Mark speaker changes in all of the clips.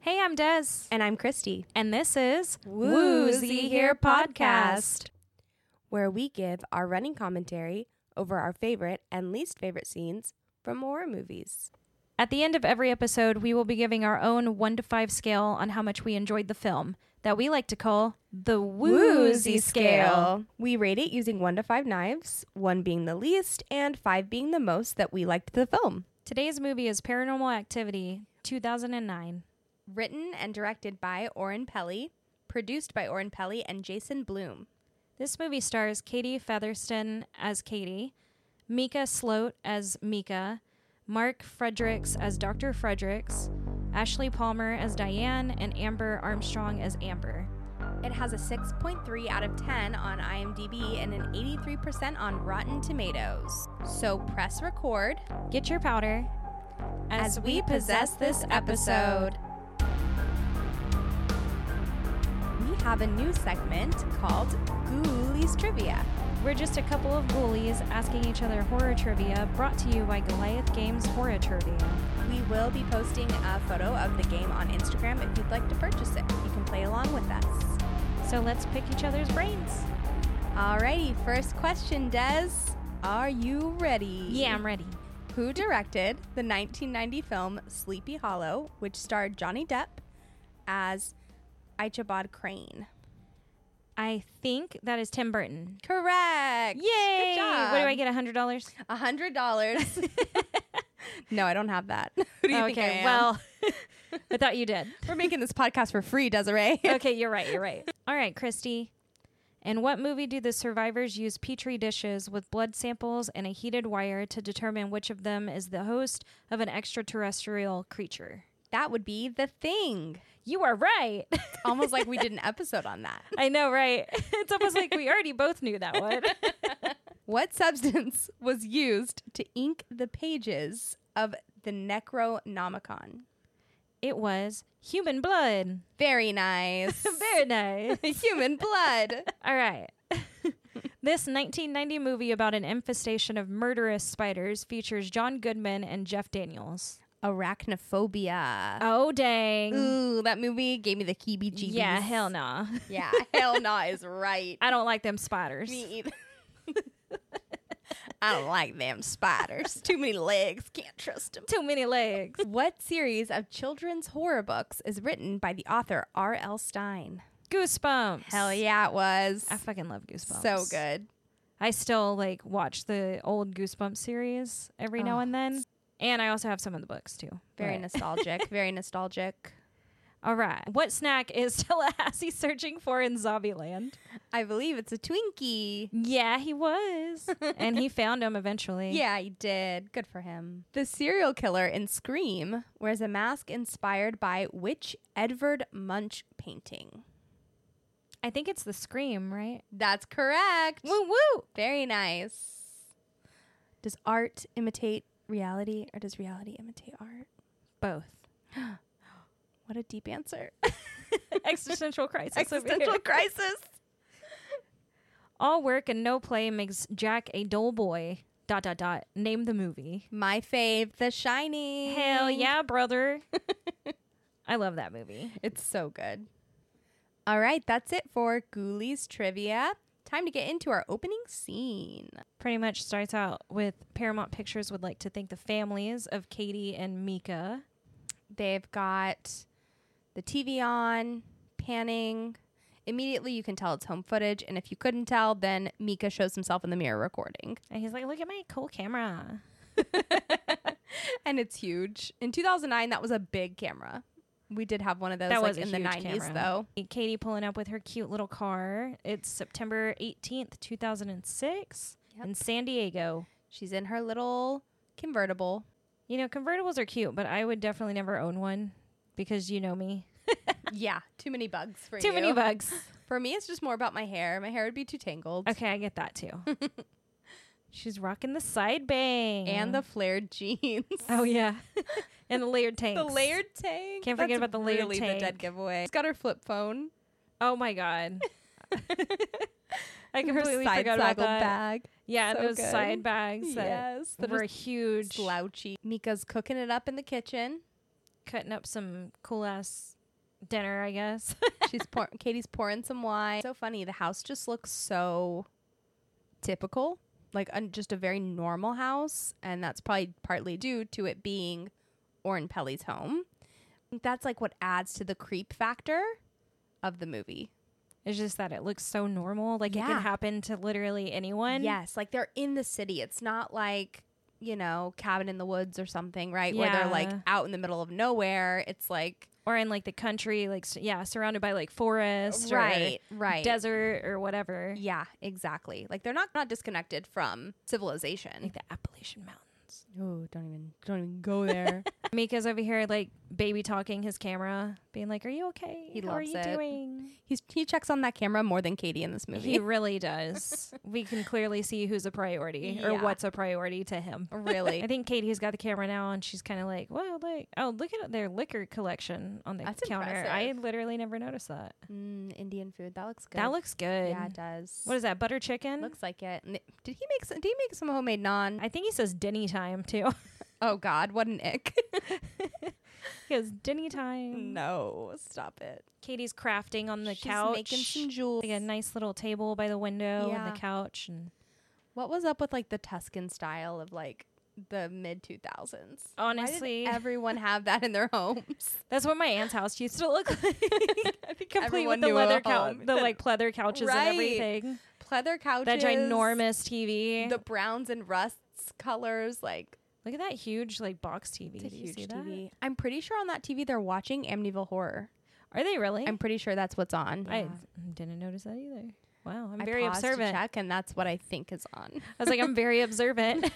Speaker 1: Hey, I'm Des,
Speaker 2: And I'm Christy.
Speaker 1: and this is
Speaker 2: Woozy Here Podcast, where we give our running commentary over our favorite and least favorite scenes from horror movies.
Speaker 1: At the end of every episode, we will be giving our own one to five scale on how much we enjoyed the film that we like to call the Woozy Scale.
Speaker 2: We rate it using one to five knives, one being the least and five being the most that we liked the film.
Speaker 1: Today's movie is Paranormal Activity 2009.
Speaker 2: Written and directed by Oren Pelly, produced by Oren Pelly and Jason Bloom.
Speaker 1: This movie stars Katie Featherston as Katie, Mika Sloat as Mika, Mark Fredericks as Dr. Fredericks, Ashley Palmer as Diane, and Amber Armstrong as Amber.
Speaker 2: It has a 6.3 out of 10 on IMDb and an 83% on Rotten Tomatoes. So press record
Speaker 1: Get your powder
Speaker 2: as we possess this episode. We have a new segment called Ghoulies Trivia.
Speaker 1: We're just a couple of ghoulies asking each other horror trivia, brought to you by Goliath Games Horror Trivia.
Speaker 2: We will be posting a photo of the game on Instagram if you'd like to purchase it. You can play along with us.
Speaker 1: So let's pick each other's brains.
Speaker 2: Alrighty, first question, Des. Are you ready?
Speaker 1: Yeah, I'm ready.
Speaker 2: Who directed the 1990 film Sleepy Hollow, which starred Johnny Depp as Ichabod Crane?
Speaker 1: I think that is Tim Burton. Yay!
Speaker 2: Correct. Good job.
Speaker 1: What do I get? hundred dollars.
Speaker 2: A hundred dollars. no, I don't have that. Who do you
Speaker 1: Okay.
Speaker 2: think I am?
Speaker 1: Well, I thought you did.
Speaker 2: we're making this podcast for free, Desiree.
Speaker 1: Okay, you're right. You're right. All right, Christy. In what movie do the survivors use petri dishes with blood samples and a heated wire to determine which of them is the host of an extraterrestrial creature?
Speaker 2: that would be the thing.
Speaker 1: You are right.
Speaker 2: Almost like we did an episode on that.
Speaker 1: I know, right? It's almost like we already both knew that one.
Speaker 2: What substance was used to ink the pages of the Necronomicon?
Speaker 1: It was human blood.
Speaker 2: Very nice.
Speaker 1: Very nice.
Speaker 2: Human blood.
Speaker 1: All right. this 1990 movie about an infestation of murderous spiders features John Goodman and Jeff Daniels.
Speaker 2: Arachnophobia.
Speaker 1: Oh, dang.
Speaker 2: Ooh, that movie gave me the heebie jeebies.
Speaker 1: Yeah, hell no.
Speaker 2: Yeah, hell nah is right.
Speaker 1: I don't like them spiders.
Speaker 2: Me either. I don't like them spiders. Too many legs. Can't trust them.
Speaker 1: Too many legs.
Speaker 2: What series of children's horror books is written by the author R.L. Stein?
Speaker 1: Goosebumps.
Speaker 2: Hell yeah, it was.
Speaker 1: I fucking love Goosebumps.
Speaker 2: So good.
Speaker 1: I still like watch the old Goosebumps series every now
Speaker 2: Oh.
Speaker 1: and then. And I also have some of the books too.
Speaker 2: Very
Speaker 1: But-
Speaker 2: nostalgic. Very nostalgic.
Speaker 1: All right. What snack is Tallahassee searching for in Zombieland?
Speaker 2: I believe it's a Twinkie.
Speaker 1: Yeah, he was. and he found him eventually.
Speaker 2: Yeah, he did. Good for him. The serial killer in Scream wears a mask inspired by which Edvard Munch painting?
Speaker 1: I think it's the scream, right?
Speaker 2: That's correct.
Speaker 1: woo.
Speaker 2: Very nice. Does art imitate reality or does reality imitate art?
Speaker 1: Both.
Speaker 2: What a deep answer.
Speaker 1: Existential crisis. over
Speaker 2: Existential
Speaker 1: here.
Speaker 2: crisis.
Speaker 1: All work and no play makes Jack a dull boy. Dot dot dot. Name the movie.
Speaker 2: My fave, The Shining.
Speaker 1: Hell yeah, brother. I love that movie.
Speaker 2: It's so good. All right, that's it for Ghoulies Trivia. Time to get into our opening scene.
Speaker 1: Pretty much starts out with Paramount Pictures would like to thank the families of Katie and Mika.
Speaker 2: They've got the TV on, panning. Immediately, you can tell it's home footage. And if you couldn't tell, then Mika shows himself in the mirror recording.
Speaker 1: And he's like, look at my cool camera.
Speaker 2: and it's huge. In 2009, that was a big camera. We did have one of those
Speaker 1: That
Speaker 2: like
Speaker 1: was a
Speaker 2: in the
Speaker 1: huge
Speaker 2: 90s,
Speaker 1: camera.
Speaker 2: though.
Speaker 1: Katie pulling up with her cute little car. It's September 18th, 2006
Speaker 2: Yep.
Speaker 1: in San Diego.
Speaker 2: She's in her little convertible.
Speaker 1: You know, convertibles are cute, but I would definitely never own one because you know me.
Speaker 2: yeah, too many bugs for
Speaker 1: Too
Speaker 2: you.
Speaker 1: many bugs.
Speaker 2: For me, it's just more about my hair. My hair would be too tangled.
Speaker 1: Okay, I get that too. She's rocking the side bang
Speaker 2: And the flared jeans.
Speaker 1: oh yeah, and the layered tanks.
Speaker 2: the layered tank.
Speaker 1: Can't forget about the layered
Speaker 2: really
Speaker 1: tank.
Speaker 2: the dead giveaway. She's got her flip phone.
Speaker 1: Oh my god. I
Speaker 2: and her
Speaker 1: completely
Speaker 2: side
Speaker 1: forgot about
Speaker 2: saddle
Speaker 1: that.
Speaker 2: bag.
Speaker 1: Yeah,
Speaker 2: So
Speaker 1: those
Speaker 2: good.
Speaker 1: side bags that
Speaker 2: Yes, that
Speaker 1: were
Speaker 2: are
Speaker 1: huge.
Speaker 2: slouchy. Mika's cooking it up in the kitchen.
Speaker 1: Cutting up some cool ass dinner, I guess.
Speaker 2: She's pour- Katie's pouring some wine. So funny. The house just looks so typical, like un- just a very normal house, and that's probably partly due to it being Orrin Pelly's home. I think That's like what adds to the creep factor of the movie.
Speaker 1: it's just that it looks so normal. Like it
Speaker 2: Yeah.
Speaker 1: could happen to literally anyone.
Speaker 2: yes, like they're in the city. It's not like you know cabin in the woods or something, right? Where they're like
Speaker 1: Yeah.
Speaker 2: out in the middle of nowhere. It's like
Speaker 1: Or in like the country, like, s- yeah, surrounded by like forest
Speaker 2: right,
Speaker 1: or
Speaker 2: right,
Speaker 1: desert or whatever.
Speaker 2: Yeah, exactly. Like they're not not disconnected from civilization.
Speaker 1: Like the Appalachian Mountains.
Speaker 2: Oh, don't even don't even go there.
Speaker 1: Mika's over here, like baby talking his camera, being like, Are you okay?
Speaker 2: He
Speaker 1: How
Speaker 2: loves
Speaker 1: are you
Speaker 2: it.
Speaker 1: doing?
Speaker 2: He's he checks on that camera more than Katie in this movie.
Speaker 1: He really does. we can clearly see who's a priority or
Speaker 2: Yeah.
Speaker 1: what's a priority to him. I
Speaker 2: really.
Speaker 1: think Katie's got the camera now, and she's kind of like, "Well, look, oh, look at their liquor collection on the
Speaker 2: That's
Speaker 1: counter." I
Speaker 2: impressive.
Speaker 1: literally never noticed that.
Speaker 2: mm, Indian food. That looks good.
Speaker 1: That looks good.
Speaker 2: Yeah, it does.
Speaker 1: what is that? Butter chicken.
Speaker 2: Looks like it. And it- Did he make some, did he make some homemade naan?
Speaker 1: I think he says Denny time too.
Speaker 2: Oh God, what an ick!
Speaker 1: he goes Denny time.
Speaker 2: no, stop it.
Speaker 1: Katie's crafting Mm. on the
Speaker 2: She's
Speaker 1: couch,
Speaker 2: making some jewels.
Speaker 1: like a nice little table by the window and
Speaker 2: Yeah.
Speaker 1: the couch, and
Speaker 2: What was up with like the Tuscan style of like the mid two thousands?
Speaker 1: honestly,
Speaker 2: everyone have that in their homes.
Speaker 1: that's what my aunt's house used to look like. Complete
Speaker 2: everyone
Speaker 1: with the
Speaker 2: knew a
Speaker 1: leather couch,
Speaker 2: home.
Speaker 1: the like pleather couches
Speaker 2: Right.
Speaker 1: and everything.
Speaker 2: Pleather couches,
Speaker 1: That ginormous TV.
Speaker 2: the browns and rusts colors, like
Speaker 1: Look at that huge like box TV.
Speaker 2: It's a
Speaker 1: Do you
Speaker 2: huge
Speaker 1: see that?
Speaker 2: TV. I'm pretty sure on that TV they're watching Amityville Horror.
Speaker 1: Are they really?
Speaker 2: I'm pretty sure that's what's on.
Speaker 1: I
Speaker 2: Yeah.
Speaker 1: didn't notice that either. Wow, I'm
Speaker 2: I
Speaker 1: very
Speaker 2: paused to
Speaker 1: observant. I
Speaker 2: check, and that's what I think is on.
Speaker 1: was like, I'm very observant.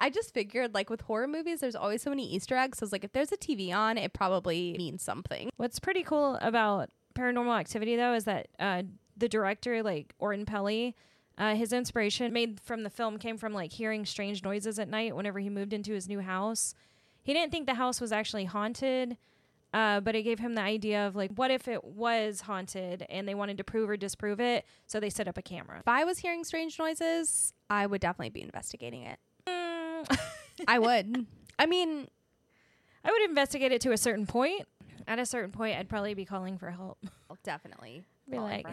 Speaker 2: I just figured, like with horror movies, there's always so many Easter eggs. So I was like, if there's a TV on, it probably means something.
Speaker 1: What's pretty cool about Paranormal Activity though is that uh, the director, like Orrin Pelly, uh, his inspiration made from the film came from like hearing strange noises at night whenever he moved into his new house. He didn't think the house was actually haunted, uh, but it gave him the idea of like, what if it was haunted and they wanted to prove or disprove it? So they set up a camera.
Speaker 2: If I was hearing strange noises, I would definitely be investigating it.
Speaker 1: Mm.
Speaker 2: I would. I mean,
Speaker 1: I would investigate it to a certain point. At a certain point, I'd probably be calling for help.
Speaker 2: definitely.
Speaker 1: Be
Speaker 2: calling
Speaker 1: like,
Speaker 2: for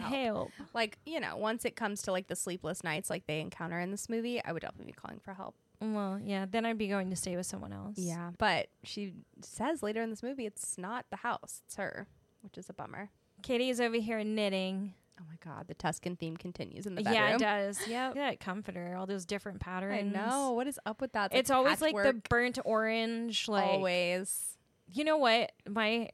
Speaker 1: help.
Speaker 2: help. like you know, once it comes to like the sleepless nights like they encounter in this movie, I would definitely be calling for help.
Speaker 1: Well, yeah, then I'd be going to stay with someone else.
Speaker 2: Yeah. But she says later in this movie it's not the house, it's her, which is a bummer.
Speaker 1: Katie's over here knitting.
Speaker 2: Oh my god, the Tuscan theme continues in the bedroom.
Speaker 1: Yeah, it does. Yeah. Look at that comforter, all those different
Speaker 2: I
Speaker 1: patterns.
Speaker 2: know. What is up with that?
Speaker 1: It's, always like the
Speaker 2: patchwork,
Speaker 1: burnt orange, like
Speaker 2: always.
Speaker 1: you know what? My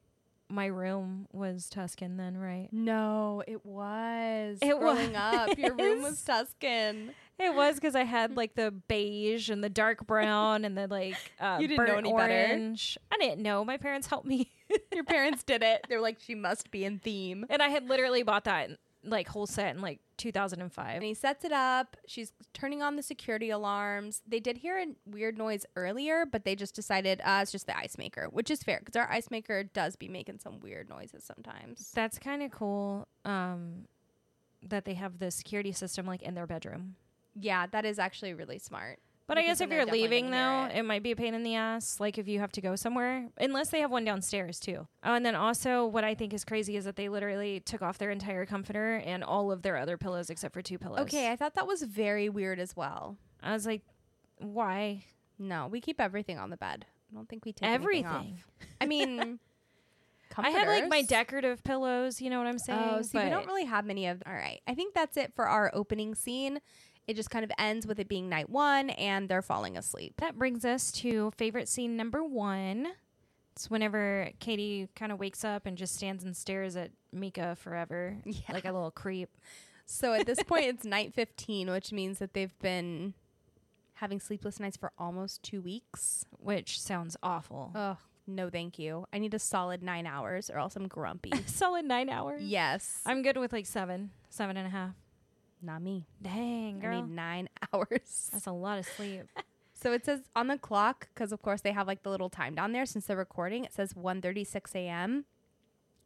Speaker 1: my room was Tuscan then, right?
Speaker 2: No, it was.
Speaker 1: It
Speaker 2: growing up. Your room
Speaker 1: was.
Speaker 2: was Tuscan.
Speaker 1: It was because I had like the beige and the dark brown and the like uh,
Speaker 2: You didn't know
Speaker 1: burnt
Speaker 2: any better.
Speaker 1: orange. I didn't know. My parents helped me.
Speaker 2: Your parents did it. They're like, she must be in theme.
Speaker 1: And I had literally bought that like whole set in like 2005.
Speaker 2: And he sets it up. She's turning on the security alarms. They did hear a weird noise earlier, but they just decided uh, it's just the ice maker, which is fair because our ice maker does be making some weird noises sometimes.
Speaker 1: That's kind of cool um, that they have the security system like in their bedroom.
Speaker 2: Yeah, that is actually really smart.
Speaker 1: But I guess
Speaker 2: Because then
Speaker 1: if
Speaker 2: they're
Speaker 1: you're
Speaker 2: definitely
Speaker 1: leaving though,
Speaker 2: gonna
Speaker 1: it.
Speaker 2: hear
Speaker 1: might be a pain in the ass. Like if you have to go somewhere, unless they have one downstairs too. Oh, and then also what I think is crazy is that they literally took off their entire comforter and all of their other pillows except for two pillows.
Speaker 2: Okay, I thought that was very weird as well.
Speaker 1: I was like, why
Speaker 2: No, we keep everything on the bed. I don't think we take anything off.
Speaker 1: everything?
Speaker 2: I mean,
Speaker 1: I had like my
Speaker 2: comforters.
Speaker 1: decorative pillows. You know what I'm saying?
Speaker 2: Oh, see, we
Speaker 1: But-
Speaker 2: don't really have many of. All right, I think that's it for our opening scene. It just kind of ends with it being night one and they're falling asleep.
Speaker 1: That brings us to favorite scene number one. It's whenever Katie kind of wakes up and just stands and stares at Mika forever,
Speaker 2: Yeah.
Speaker 1: like a little creep.
Speaker 2: So at this point, it's night 15, which means that they've been having sleepless nights for almost two weeks.
Speaker 1: Which sounds awful.
Speaker 2: Ugh, no, thank you. I need a solid nine hours or else I'm grumpy.
Speaker 1: Solid nine hours.
Speaker 2: yes.
Speaker 1: I'm good with like seven, seven and a half.
Speaker 2: Not me.
Speaker 1: Dang,
Speaker 2: I
Speaker 1: girl,
Speaker 2: need nine hours.
Speaker 1: that's a lot of sleep.
Speaker 2: So it says on the clock, because of course they have like the little time down there since they're recording, it says 1.36 a.m.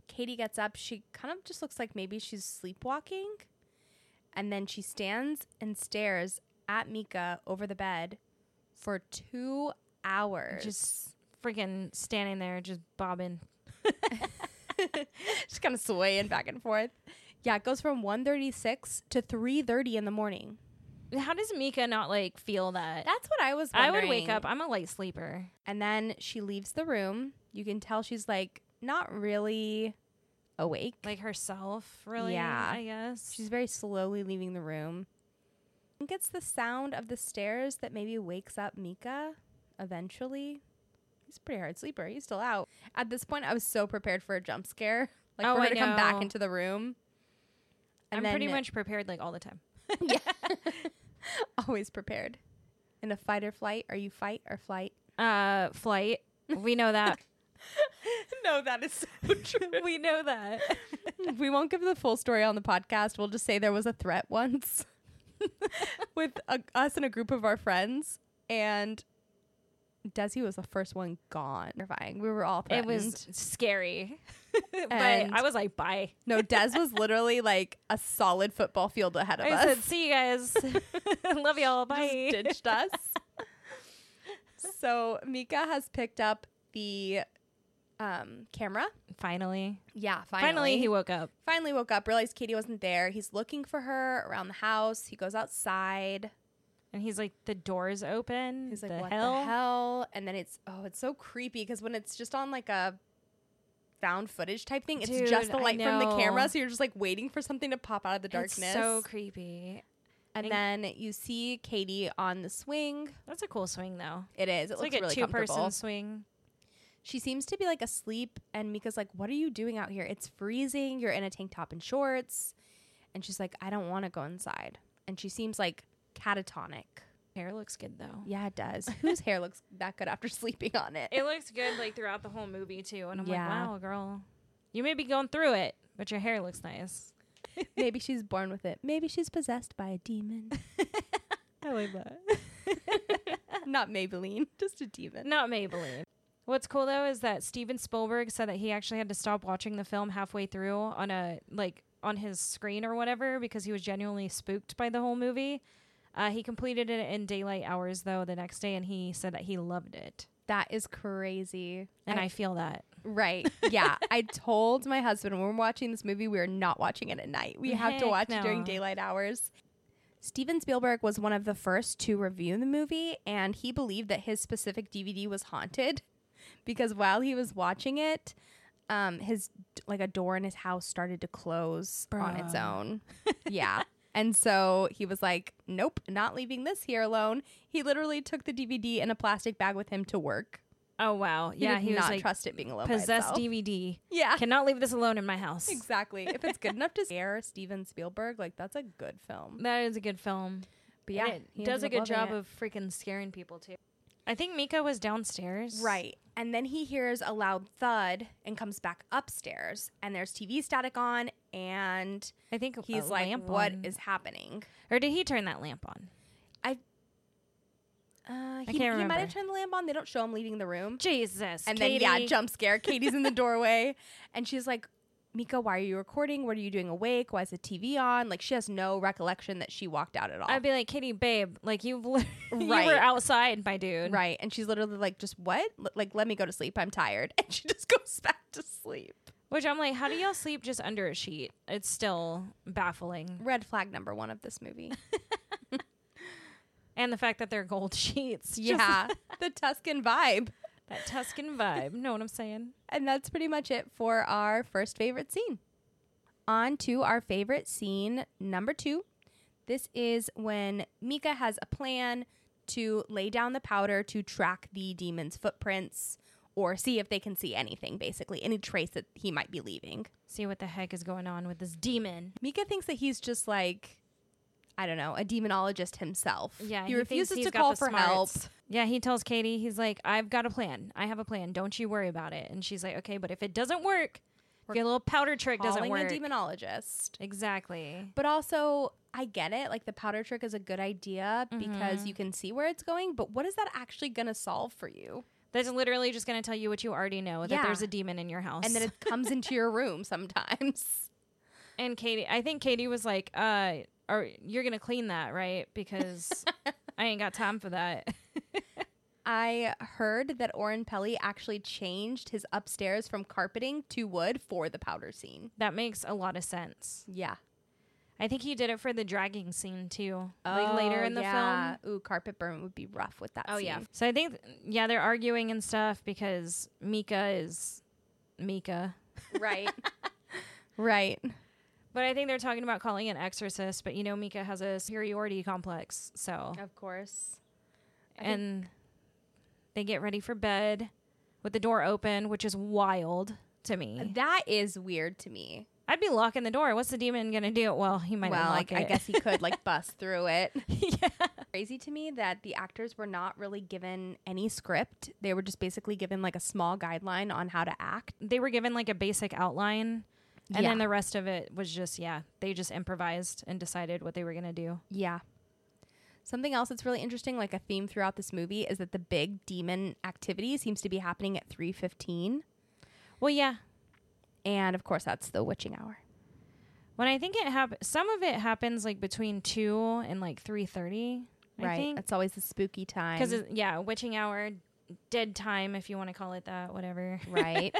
Speaker 2: Katie gets up. She kind of just looks like maybe she's sleepwalking. And then she stands and stares at Mika over the bed for two hours.
Speaker 1: just freaking standing there, just bobbing.
Speaker 2: just kind of swaying back and forth. Yeah, it goes from 1:36 to 3:30 in the morning.
Speaker 1: How does Mika not like feel that?
Speaker 2: That's what I was
Speaker 1: I
Speaker 2: wondering.
Speaker 1: would wake up. I'm a light sleeper.
Speaker 2: And then she leaves the room. You can tell she's like not really awake.
Speaker 1: Like herself, really.
Speaker 2: Yeah.
Speaker 1: I guess.
Speaker 2: She's very slowly leaving the room. I think it's the sound of the stairs that maybe wakes up Mika eventually. He's a pretty hard sleeper. He's still out. At this point, I was so prepared for a jump scare. Like
Speaker 1: Oh,
Speaker 2: for
Speaker 1: I
Speaker 2: her to come back
Speaker 1: know.
Speaker 2: into the room.
Speaker 1: I'm
Speaker 2: then-
Speaker 1: pretty much prepared like all the time.
Speaker 2: yeah. always prepared. In a fight or flight, are you fight or flight?
Speaker 1: Uh, flight. We know that.
Speaker 2: no, that is so true.
Speaker 1: we know that.
Speaker 2: we won't give the full story on the podcast. We'll just say there was a threat once with a, us and a group of our friends, and Desi was the first one gone. Terrifying. We were all
Speaker 1: It
Speaker 2: threatened.
Speaker 1: was scary. but
Speaker 2: And-
Speaker 1: I was like, bye.
Speaker 2: no. Des was literally like a solid football field ahead of
Speaker 1: I
Speaker 2: us.
Speaker 1: said, see you guys. Love y'all. Bye.
Speaker 2: Just ditched us. so Mika has picked up the um, camera.
Speaker 1: Finally.
Speaker 2: Yeah,
Speaker 1: Finally. he woke up.
Speaker 2: finally woke up, realized Katie wasn't there. He's looking for her around the house. He goes outside.
Speaker 1: And he's like, the door's open.
Speaker 2: He's like,
Speaker 1: the
Speaker 2: "What
Speaker 1: hell?
Speaker 2: the hell?" And then it's oh, it's so creepy because when it's just on like a found footage type thing, it's just
Speaker 1: Dude,
Speaker 2: the
Speaker 1: I
Speaker 2: light from the camera,
Speaker 1: know.
Speaker 2: so you're just like waiting for something to pop out of the darkness.
Speaker 1: It's so creepy.
Speaker 2: and then you see Katie on the swing.
Speaker 1: That's a cool swing, though.
Speaker 2: It is. It
Speaker 1: It's
Speaker 2: looks
Speaker 1: like a
Speaker 2: really
Speaker 1: two person
Speaker 2: comfortable.
Speaker 1: swing.
Speaker 2: She seems to be like asleep, and Mika's like, "What are you doing out here? It's freezing. You're in a tank top and shorts." And she's like, "I don't want to go inside." And she seems like catatonic.
Speaker 1: Hair looks good, though.
Speaker 2: Yeah, it does. Whose hair looks that good after sleeping on it?
Speaker 1: It looks good like throughout the whole movie, too. And I'm
Speaker 2: Yeah.
Speaker 1: like, wow, girl. You may be going through it, but your hair looks nice.
Speaker 2: Maybe she's born with it. Maybe she's possessed by a demon.
Speaker 1: I like that.
Speaker 2: Not Maybelline, just a demon.
Speaker 1: Not Maybelline. What's cool though is that Steven Spielberg said that he actually had to stop watching the film halfway through on a like on his screen or whatever because he was genuinely spooked by the whole movie. Uh, he completed it in daylight hours though the next day, and he said that he loved it.
Speaker 2: That is crazy.
Speaker 1: And I, feel that
Speaker 2: right. Yeah. I told my husband when we're watching this movie, we're not watching it at night. We have to
Speaker 1: Heck
Speaker 2: watch it during
Speaker 1: no.
Speaker 2: daylight hours. Steven Spielberg was one of the first to review the movie, and he believed that his specific DVD was haunted because while he was watching it, um, his like a door in his house started to close on its
Speaker 1: Bruh.
Speaker 2: own. yeah. And so he was like, nope, not leaving this here alone. He literally took the DVD in a plastic bag with him to work.
Speaker 1: oh wow,
Speaker 2: He
Speaker 1: yeah,
Speaker 2: did
Speaker 1: he was
Speaker 2: not
Speaker 1: like
Speaker 2: trust it being alone. by
Speaker 1: possessed
Speaker 2: itself.
Speaker 1: DVD.
Speaker 2: Yeah.
Speaker 1: Cannot leave this alone in my house.
Speaker 2: Exactly. If it's good enough to scare Steven Spielberg, like that's a good film.
Speaker 1: That is a good film.
Speaker 2: But
Speaker 1: And
Speaker 2: yeah,
Speaker 1: it does a good job of freaking scaring people too. I think Mika was downstairs.
Speaker 2: right. And then he hears a loud thud and comes back upstairs, and there's TV static on, and
Speaker 1: I think
Speaker 2: he's
Speaker 1: a
Speaker 2: like,
Speaker 1: lamp
Speaker 2: "What is
Speaker 1: on-
Speaker 2: happening?"
Speaker 1: or did he turn that lamp on?
Speaker 2: Uh, he,
Speaker 1: can't
Speaker 2: he might
Speaker 1: remember.
Speaker 2: have turned the lamp on. They don't show him leaving the room.
Speaker 1: Jesus.
Speaker 2: And then yeah,
Speaker 1: Katie.
Speaker 2: jump scare. Katie's in the doorway, and she's like, "Mika, why are you recording? What are you doing awake? Why is the TV on?" Like she has no recollection that she walked out at all.
Speaker 1: I'd be like, Kitty, babe, like you've li- you
Speaker 2: Right.
Speaker 1: were outside, my dude.
Speaker 2: Right. And she's literally like, just what? L- like, let me go to sleep. I'm tired. And she just goes back to sleep.
Speaker 1: Which I'm like, how do y'all sleep just under a sheet? It's still baffling.
Speaker 2: Red flag number one of this movie.
Speaker 1: And the fact that they're gold sheets. just
Speaker 2: yeah. the Tuscan vibe.
Speaker 1: that Tuscan vibe. Know what I'm saying?
Speaker 2: And that's pretty much it for our first favorite scene. On to our favorite scene number two. This is when Mika has a plan to lay down the powder to track the demon's footprints or see if they can see anything, basically, any trace that he might be leaving.
Speaker 1: See what the heck is going on with this demon.
Speaker 2: Mika thinks that he's just like, I don't know, a demonologist himself.
Speaker 1: Yeah.
Speaker 2: he,
Speaker 1: thinks
Speaker 2: refuses
Speaker 1: he's
Speaker 2: to
Speaker 1: got
Speaker 2: call
Speaker 1: the
Speaker 2: for help.
Speaker 1: smarts. Yeah, he tells Katie, he's like, I've got a plan. I have a plan. Don't you worry about it. And she's like, Okay, but if it doesn't work,
Speaker 2: We're
Speaker 1: your little powder trick doesn't
Speaker 2: Calling a
Speaker 1: work.
Speaker 2: demonologist.
Speaker 1: exactly.
Speaker 2: But also, I get it. Like the powder trick is a good idea because you can see where it's going. But what is that actually going to solve for you?
Speaker 1: That's literally just going to tell you what you already know that
Speaker 2: Yeah.
Speaker 1: there's a demon in your house.
Speaker 2: And then it comes into your room sometimes.
Speaker 1: and Katie, I think Katie was like, uh, are you're going to clean that, right? Because I ain't got time for that.
Speaker 2: I heard that Oren Pelly actually changed his upstairs from carpeting to wood for the powder scene.
Speaker 1: That makes a lot of sense.
Speaker 2: Yeah.
Speaker 1: I think he did it for the dragging scene too, like later
Speaker 2: Oh,
Speaker 1: in the film.
Speaker 2: Ooh, carpet burn would be rough with that.
Speaker 1: Oh
Speaker 2: scene.
Speaker 1: yeah. So I think yeah, they're arguing and stuff because Mika is Mika.
Speaker 2: Right. right.
Speaker 1: But I think they're talking about calling an exorcist, but you know Mika has a superiority complex, so
Speaker 2: Of course. I think-
Speaker 1: and they get ready for bed with the door open, which is wild to me.
Speaker 2: That is weird to me.
Speaker 1: I'd be locking the door. What's the demon gonna do? Well, he might
Speaker 2: well, I,
Speaker 1: unlock
Speaker 2: I
Speaker 1: it.
Speaker 2: guess he could like bust through it.
Speaker 1: yeah.
Speaker 2: Crazy to me that the actors were not really given any script. They were just basically given like a small guideline on how to act.
Speaker 1: They were given like a basic outline And
Speaker 2: Yeah.
Speaker 1: then the rest of it was just, yeah, they just improvised and decided what they were going to do.
Speaker 2: Yeah. Something else that's really interesting, like a theme throughout this movie, is that the big demon activity seems to be happening at three fifteen,
Speaker 1: Well, yeah.
Speaker 2: and of course that's the witching hour.
Speaker 1: When I think it happens, some of it happens like between 2 and like 3.30, I
Speaker 2: Right,
Speaker 1: think.
Speaker 2: that's always the spooky time.
Speaker 1: Because, yeah, witching hour, dead time, if you want to call it that, whatever.
Speaker 2: right,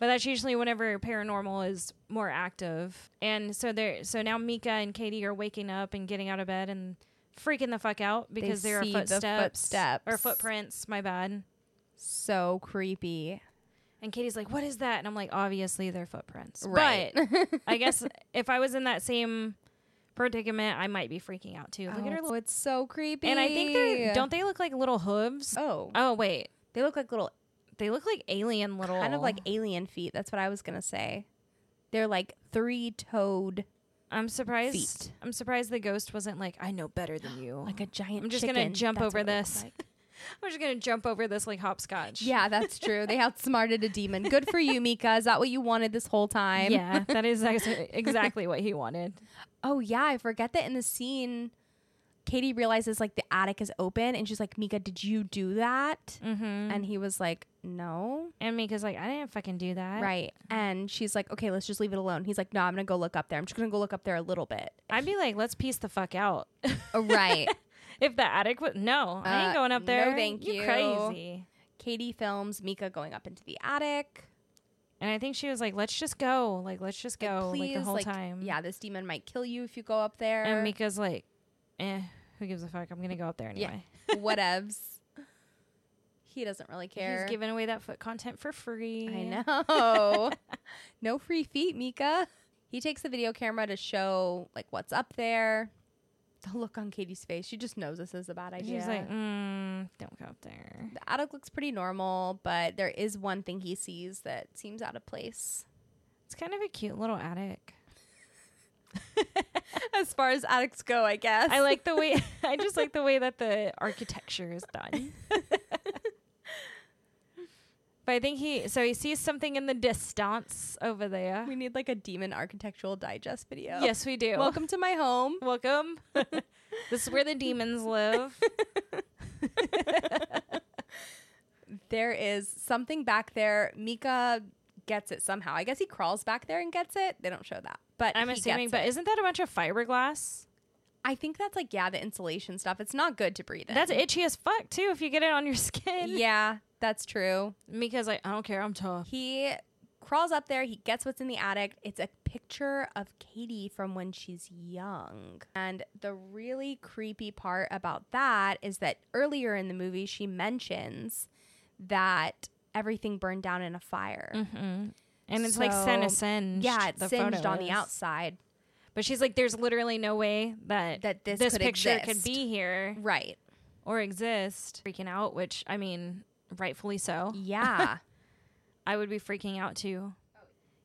Speaker 1: But that's usually whenever paranormal is more active. And so they're, so now Mika and Katie are waking up and getting out of bed and freaking the fuck out because there are
Speaker 2: see the
Speaker 1: footsteps, or
Speaker 2: footsteps.
Speaker 1: footprints, my bad.
Speaker 2: so creepy.
Speaker 1: And Katie's like, "What is that?" And I'm like, "Obviously, they're footprints."
Speaker 2: Right.
Speaker 1: But I guess if I was in that same predicament, I might be freaking out too. Look at her,
Speaker 2: Oh, it's so creepy.
Speaker 1: and I think they don't they look like little hooves? Oh,
Speaker 2: Oh,
Speaker 1: wait,
Speaker 2: they look like little,
Speaker 1: they look like alien little,
Speaker 2: kind of like alien feet. That's what I was gonna say. They're like three-toed,
Speaker 1: I'm surprised.
Speaker 2: feet.
Speaker 1: I'm surprised the ghost wasn't like, "I know better than you."
Speaker 2: like a giant.
Speaker 1: I'm just gonna
Speaker 2: chicken.
Speaker 1: jump
Speaker 2: That's
Speaker 1: over
Speaker 2: what it looks
Speaker 1: this.
Speaker 2: like.
Speaker 1: I'm just gonna jump over this like hopscotch.
Speaker 2: Yeah, that's true. They outsmarted a demon. Good for you, Mika. Is that what you wanted this whole time?
Speaker 1: yeah, that is ex- exactly what he wanted.
Speaker 2: Oh yeah, I forget that in the scene, Katie realizes like the attic is open, and she's like, "Mika, did you do that?"
Speaker 1: Mm-hmm.
Speaker 2: And he was like, "No."
Speaker 1: And Mika's like, "I didn't fucking do that."
Speaker 2: Right. And she's like, "Okay, let's just leave it alone." He's like, "No, I'm gonna go look up there. I'm just gonna go look up there a little bit."
Speaker 1: I'd be like, "Let's piece the fuck out."
Speaker 2: right.
Speaker 1: If the attic was no, I ain't
Speaker 2: Uh,
Speaker 1: going up
Speaker 2: no,
Speaker 1: there.
Speaker 2: thank
Speaker 1: you.
Speaker 2: you.
Speaker 1: Crazy.
Speaker 2: Katie films Mika going up into the attic.
Speaker 1: And I think she was like, "Let's just go. Like, let's just
Speaker 2: Like,
Speaker 1: go. like the whole
Speaker 2: like,
Speaker 1: time."
Speaker 2: Yeah, this demon might kill you if you go up there.
Speaker 1: And Mika's like, "Eh, who gives a fuck? I'm gonna go up there
Speaker 2: Yeah.
Speaker 1: anyway."
Speaker 2: whatevs. He doesn't really care.
Speaker 1: He's giving away that foot content for free.
Speaker 2: I know. no free feet, Mika. He takes the video camera to show like what's up there. The look on Katie's face, she just knows this is a bad
Speaker 1: And
Speaker 2: idea.
Speaker 1: She's like, mm, "Don't go up there."
Speaker 2: the attic looks pretty normal, but there is one thing he sees that seems out of place.
Speaker 1: It's kind of a cute little attic.
Speaker 2: as far as attics go, I guess.
Speaker 1: I like the way. I just like the way that the architecture is done. But I think he so he sees something in the distance over there.
Speaker 2: we need like a demon architectural digest video.
Speaker 1: Yes, we do.
Speaker 2: Welcome to my home.
Speaker 1: Welcome. this is where the demons live.
Speaker 2: There is something back there. Mika gets it somehow. I guess he crawls back there and gets it. They don't show that. But
Speaker 1: I'm
Speaker 2: he
Speaker 1: assuming,
Speaker 2: gets
Speaker 1: but
Speaker 2: it.
Speaker 1: isn't that a bunch of fiberglass?
Speaker 2: I think that's like yeah, the insulation stuff. It's not good to breathe in.
Speaker 1: That's itchy as fuck too if you get it on your skin.
Speaker 2: Yeah, that's true.
Speaker 1: Mika's like, I don't care, I'm tough.
Speaker 2: He crawls up there. He gets what's in the attic. It's a picture of Katie from when she's young. And the really creepy part about that is that earlier in the movie she mentions that everything burned down in a fire.
Speaker 1: Mm-hmm. And it's like Santa
Speaker 2: So-
Speaker 1: singed.
Speaker 2: Yeah, it's
Speaker 1: the
Speaker 2: singed
Speaker 1: photo
Speaker 2: on the
Speaker 1: is.
Speaker 2: outside.
Speaker 1: But she's like, there's literally no way that
Speaker 2: That this could
Speaker 1: picture could
Speaker 2: exist.
Speaker 1: be here
Speaker 2: Right.
Speaker 1: or exist. Freaking out, which I mean, rightfully so.
Speaker 2: Yeah.
Speaker 1: I would be freaking out too.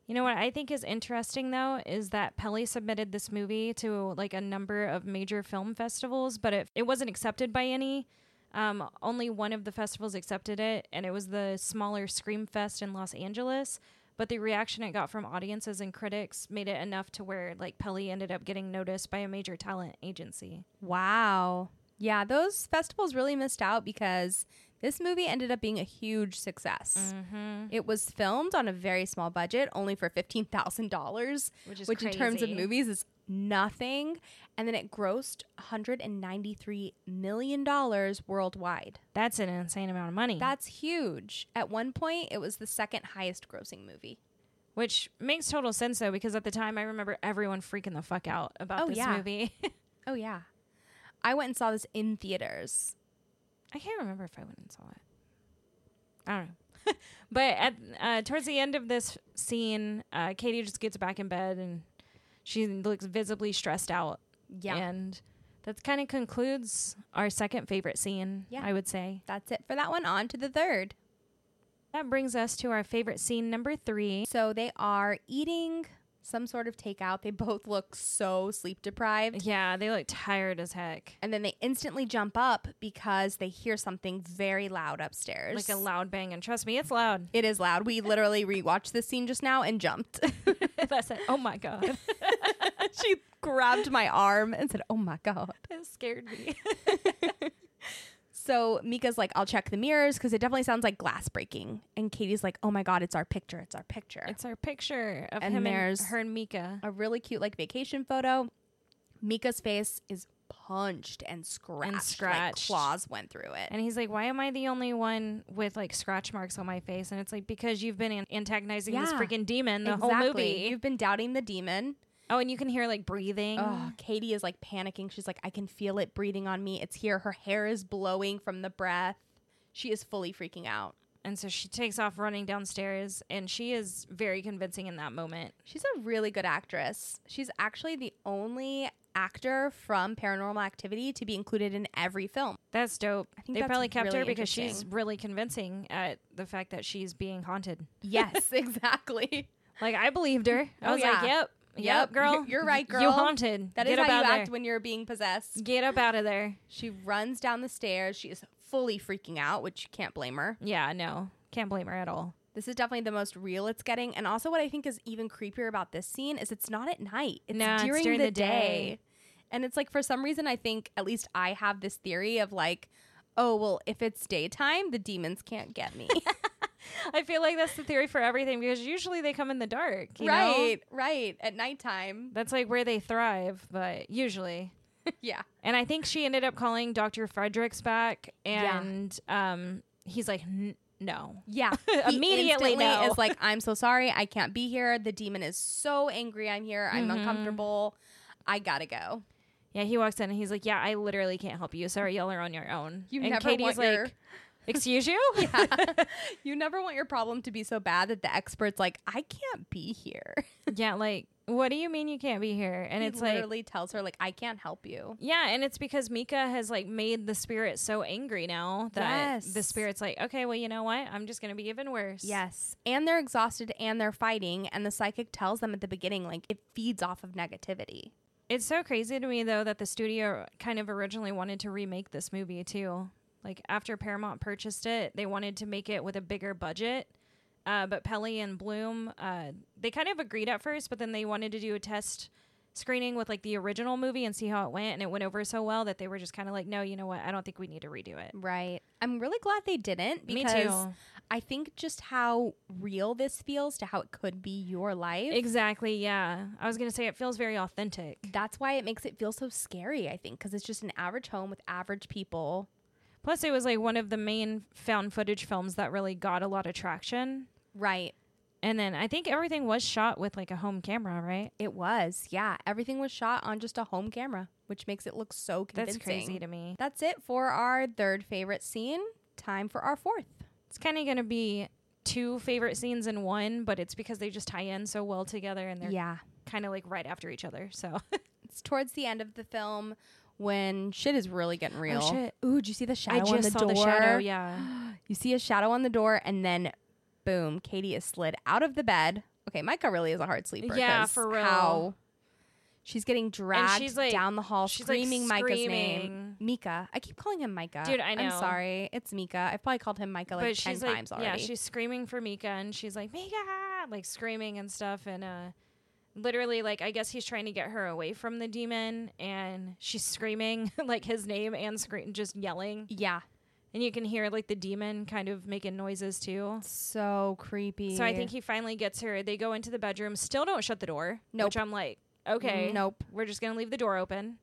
Speaker 1: You know what I think is interesting though is that Pelly submitted this movie to like a number of major film festivals, but it, it wasn't accepted by any. Um, only one of the festivals accepted it, and it was the smaller Scream Fest in Los Angeles. But the reaction it got from audiences and critics made it enough to where like Pelly ended up getting noticed by a major talent agency.
Speaker 2: Wow. Yeah, those festivals really missed out because this movie ended up being a huge success.
Speaker 1: Mm-hmm.
Speaker 2: It was filmed on a very small budget, only for $15,000,
Speaker 1: Which is
Speaker 2: which in terms of
Speaker 1: crazy.
Speaker 2: movies is nothing. And then it grossed $193 million worldwide.
Speaker 1: That's an insane amount of money.
Speaker 2: That's huge. At one point, it was the second highest grossing movie.
Speaker 1: Which makes total sense though, because at the time I remember everyone freaking the fuck out about
Speaker 2: Oh,
Speaker 1: this
Speaker 2: yeah.
Speaker 1: movie.
Speaker 2: Oh, yeah. I went and saw this in theaters.
Speaker 1: I can't remember if I went and saw it. I don't know. but at uh, towards the end of this scene, uh, Katie just gets back in bed and she looks visibly stressed out. And that kind of concludes our second favorite scene,
Speaker 2: Yeah.
Speaker 1: I would say.
Speaker 2: That's it for that one. On to the third.
Speaker 1: That brings us to our favorite scene number three.
Speaker 2: So they are eating some sort of takeout. They both look so sleep deprived.
Speaker 1: Yeah, they look tired as heck.
Speaker 2: And then they instantly jump up because they hear something very loud upstairs.
Speaker 1: Like a loud bang, and trust me, it's loud.
Speaker 2: It is loud. We literally rewatched this scene just now and jumped.
Speaker 1: That's it. Oh my god,
Speaker 2: she grabbed my arm and said, "Oh my god."
Speaker 1: it scared me.
Speaker 2: So Mika's like, "I'll check the mirrors because it definitely sounds like glass breaking." And Katie's like, "Oh my god, it's our picture. It's our picture."
Speaker 1: It's our picture of
Speaker 2: And
Speaker 1: him and
Speaker 2: there's-
Speaker 1: her and Mika.
Speaker 2: a really cute like vacation photo. Mika's face is punched and scratched.
Speaker 1: scratched.
Speaker 2: Like claws went through it.
Speaker 1: And he's like, "Why am I the only one with like scratch marks on my face?" And it's like because you've been an- antagonizing this
Speaker 2: Yeah.
Speaker 1: freaking demon the whole movie.
Speaker 2: You've been doubting the demon.
Speaker 1: Oh, and you can hear like breathing.
Speaker 2: Oh, Katie is like panicking. She's like, I can feel it breathing on me. It's here. Her hair is blowing from the breath. She is fully freaking out.
Speaker 1: And so she takes off running downstairs, and she is very convincing in that moment.
Speaker 2: She's a really good actress. She's actually the only actor from Paranormal Activity to be included in every film.
Speaker 1: That's dope.
Speaker 2: I think
Speaker 1: they
Speaker 2: that's
Speaker 1: probably kept
Speaker 2: really
Speaker 1: her because she's
Speaker 2: interesting.
Speaker 1: really convincing at the fact that she's being haunted.
Speaker 2: Yes, exactly.
Speaker 1: Like I believed her. I
Speaker 2: Oh,
Speaker 1: was like,
Speaker 2: yeah.
Speaker 1: "Yep, yep,
Speaker 2: Yep,
Speaker 1: girl,
Speaker 2: you're- you're right,
Speaker 1: You
Speaker 2: girl.
Speaker 1: haunted.
Speaker 2: That is
Speaker 1: Get up
Speaker 2: how
Speaker 1: out
Speaker 2: you
Speaker 1: there.
Speaker 2: act when you're being possessed.
Speaker 1: Get up out of there."
Speaker 2: She runs down the stairs. She is fully freaking out, which you can't blame her.
Speaker 1: Yeah, no, can't blame her at all.
Speaker 2: This is definitely the most real it's getting. And also, what I think is even creepier about this scene is it's not at night, it's,
Speaker 1: No, it's
Speaker 2: during,
Speaker 1: during
Speaker 2: the,
Speaker 1: the
Speaker 2: day.
Speaker 1: day.
Speaker 2: And it's like, for some reason, I think at least I have this theory of like, oh, well, if it's daytime, the demons can't get me.
Speaker 1: I feel like that's the theory for everything because usually they come in the dark, you know?
Speaker 2: right, right. At nighttime.
Speaker 1: That's like where they thrive, but usually.
Speaker 2: yeah.
Speaker 1: And I think she ended up calling Dr. Fredericks back,
Speaker 2: Yeah.
Speaker 1: and um, he's like, "N- no.
Speaker 2: Yeah.
Speaker 1: Immediately
Speaker 2: instantly
Speaker 1: no.
Speaker 2: is like, I'm so sorry. I can't be here. The demon is so angry. I'm here. I'm
Speaker 1: Mhm.
Speaker 2: uncomfortable. I gotta go.
Speaker 1: Yeah, he walks in and he's like, yeah, I literally can't help you. Sorry, y'all are on your own.
Speaker 2: You
Speaker 1: and
Speaker 2: never want your-
Speaker 1: excuse you?
Speaker 2: Yeah. you never want your problem to be so bad that the expert's like, I can't be here.
Speaker 1: yeah, like, what do you mean you can't be here? And
Speaker 2: he
Speaker 1: it's like,
Speaker 2: literally tells her, like, I can't help you.
Speaker 1: Yeah, and it's because Mika has like made the spirit so angry now that
Speaker 2: Yes.
Speaker 1: the spirit's like, okay, well, you know what? I'm just gonna be even worse.
Speaker 2: Yes. And they're exhausted and they're fighting. And the psychic tells them at the beginning, like, it feeds off of negativity.
Speaker 1: It's so crazy to me though that the studio kind of originally wanted to remake this movie too. Like after Paramount purchased it, they wanted to make it with a bigger budget. Uh, but Pelly and Bloom, uh, they kind of agreed at first, but then they wanted to do a test screening with like the original movie and see how it went, and it went over so well that they were just kind of like, no, you know what? I don't think we need to redo it.
Speaker 2: Right. I'm really glad they didn't
Speaker 1: Me
Speaker 2: because
Speaker 1: too.
Speaker 2: I think just how real this feels to how it could be your life.
Speaker 1: Exactly. Yeah, I was gonna say it feels very authentic.
Speaker 2: that's why it makes it feel so scary, I think, because it's just an average home with average people.
Speaker 1: Plus, it was like one of the main found footage films that really got a lot of traction.
Speaker 2: Right.
Speaker 1: And then I think everything was shot with like a home camera, right?
Speaker 2: It was, yeah. Everything was shot on just a home camera, which makes it look so
Speaker 1: That's
Speaker 2: convincing.
Speaker 1: crazy to me.
Speaker 2: That's it for our third favorite scene. Time for our fourth.
Speaker 1: It's kind of going to be two favorite scenes in one, but it's because they just tie in so well together and they're
Speaker 2: yeah.
Speaker 1: kind of like right after each other. So,
Speaker 2: It's towards the end of the film when shit is really getting real.
Speaker 1: Oh, shit.
Speaker 2: Ooh, did you see the shadow
Speaker 1: I just
Speaker 2: on the
Speaker 1: saw
Speaker 2: door?
Speaker 1: the shadow. Yeah.
Speaker 2: You see a shadow on the door, and then boom, Katie is slid out of the bed. Okay, Micah really is a hard sleeper.
Speaker 1: Yeah,
Speaker 2: 'cause
Speaker 1: for real.
Speaker 2: How she's getting dragged
Speaker 1: she's, like-
Speaker 2: down the hall,
Speaker 1: she's, like,
Speaker 2: screaming Micah's
Speaker 1: screaming.
Speaker 2: name. Mika. I keep calling him Micah.
Speaker 1: Dude, I
Speaker 2: I'm
Speaker 1: know.
Speaker 2: sorry. It's Mika. I've probably called him Micah like
Speaker 1: but
Speaker 2: 10
Speaker 1: she's like,
Speaker 2: times already.
Speaker 1: yeah, she's screaming for Mika and she's like, Mika, like screaming and stuff. And, uh, literally, like, I guess he's trying to get her away from the demon and she's screaming like his name and scream, just yelling.
Speaker 2: yeah.
Speaker 1: And you can hear like the demon kind of making noises too.
Speaker 2: So creepy.
Speaker 1: So I think he finally gets her. They go into the bedroom, still don't shut the door.
Speaker 2: Nope.
Speaker 1: Which I'm like, okay,
Speaker 2: Nope.
Speaker 1: we're just gonna leave the door open.